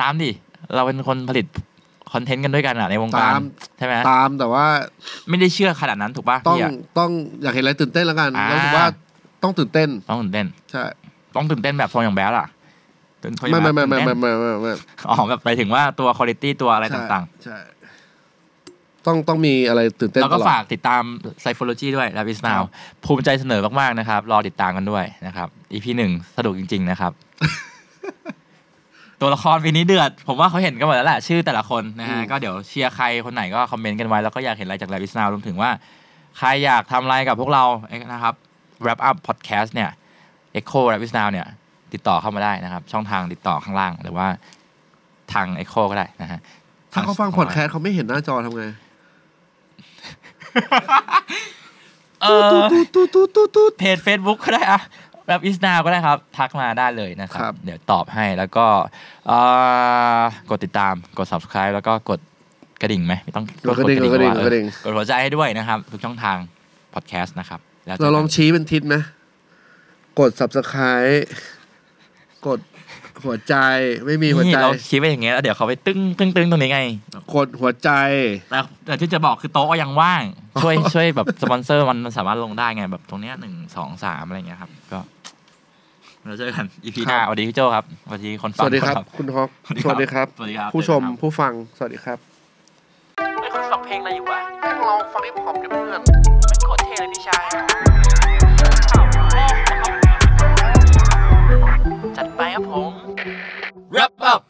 E: ตามดิเราเป็นคนผลิตคอนเทนต์กันด้วยกันอะในวงการ
D: ตาม
E: ใช่ไหม
D: ตามแต่ว่า
E: ไม่ได้เชื่อขนาดนั้นถูกป่ะ
D: ต้อง
E: พี่อะ
D: ต้องอยากเห็นอะไรตื่นเต้นแล้วกัน
E: อ่า
D: แล้วผมว่าต้องตื่นเต้น
E: ต้องตื่นเต้น
D: ใช่
E: ต้องตื่นเต้นแบบฟองอย่างแบ๊วล่ะตื่นเต้น
D: ไม่
E: แบ
D: ไม่
E: บ
D: ไม่ไม่
E: ตื่นเต้น
D: ไม่ไม่ไม่ไม่ไม่
E: อ๋อแบบไปถึงว่าตัวคุณ i t y ตัวอะไร
D: ใช่
E: ต่าง
D: ใช่ต้องต้องมีอะไรตื่น
E: ๆ
D: เต้น
E: แล้ว
D: ต
E: ก็
D: ลอด
E: ฝากติดตาม Psychology ด้วย l a v i s Now ภูมิใจเสนอมาก ๆ นะครับ รอติดตามกันด้วยนะครับ EP หนึ่งสนุกจริง ๆ นะครับ ตัวละครปีนี้เดือด ผมว่าเขาเห็นกันหมดแล้วแหละ ชื่อแต่ละคนนะฮะ
D: อืม
E: ก็เดี๋ยวเชียร์ใครคนไหนก็คอมเมนต์กันไว้ แล้วก็อยากเห็นอะไรจาก l a v i s Now รวมถึงว่า ใครอยากทำอะไรกับพวกเรานะครับ Wrap Up Podcast เนี่ย Echo l a v i s Now เนี่ย ติดต่อเข้ามาได้นะครับ ช่องทางติดต่อข้างล่างหรือว่าทาง Echo ก็ได้นะฮะ
D: ถ้าเขาฟังพอดแคสต์เขาไม่เห็นหน้าจอทำไง
E: เออ
D: ตุ๊ดตุ๊ดตุ๊ดตุ๊ด
E: เพจ Facebook ก็ได้อะแบบอิสนาก็ได้ครับ ทักมาได้เลยนะค
D: ครั
E: รับ
D: บ
E: เดี๋ยวตอบให้แล้วก็เอ่อกดติดตามกด subscribe แล้วก็กดกระดิ่งไหมไม่ต้อง
D: กดกระดิ่งกดกระดิ่งกดกระดิ่ง
E: กดหัวใจให้ด้วยนะครับ ทุกช่องทางพอดแคสต์นะครับแล้วจอ
D: เราลอง
E: กัน
D: ชี้เป็นทิศไหมกด subscribe กดหัวใจไม่มีหัว
E: นี่
D: ใจ
E: เราชี้ไปอย่างเงี้ยแล้วเดี๋ยวเขาไปตึ้งตึ้งตึ้งตรงนี้ไง
D: กดหัวใจ
E: แต่แต่ที่จะบอกคือโต๊ะก็ยังว่าง ช่วยช่วยแบบสปอนเซอร์มันมันสามารถลงได้ไงแบบตรงเนี้ยหนึ่งสองสามอะไรอย่างเงี้ยครับ ก็เราเจอกันอีพีหน้า
D: ครับ
E: สวัสดีพี่โจครับสวัสดีคน
D: ส
E: ฟัง
D: วัสดีครับ
E: ครับ
D: คุณฮอกส
E: สวั
D: วัส
E: สดี
D: ดีค
E: ครั
D: รับ
E: บสวัสดีครับ
D: ผู้ชมผู้ฟัง สวัสดีครับ
C: ไม่คุณฟังเพลงอะไรอยู่วะ
D: ลองฟังฮิปฮอปเพื่อน
C: ไม่โคตรเท่เลยพี่ชายข่าวแรกนะครับจัดไปครับผม
E: wrap up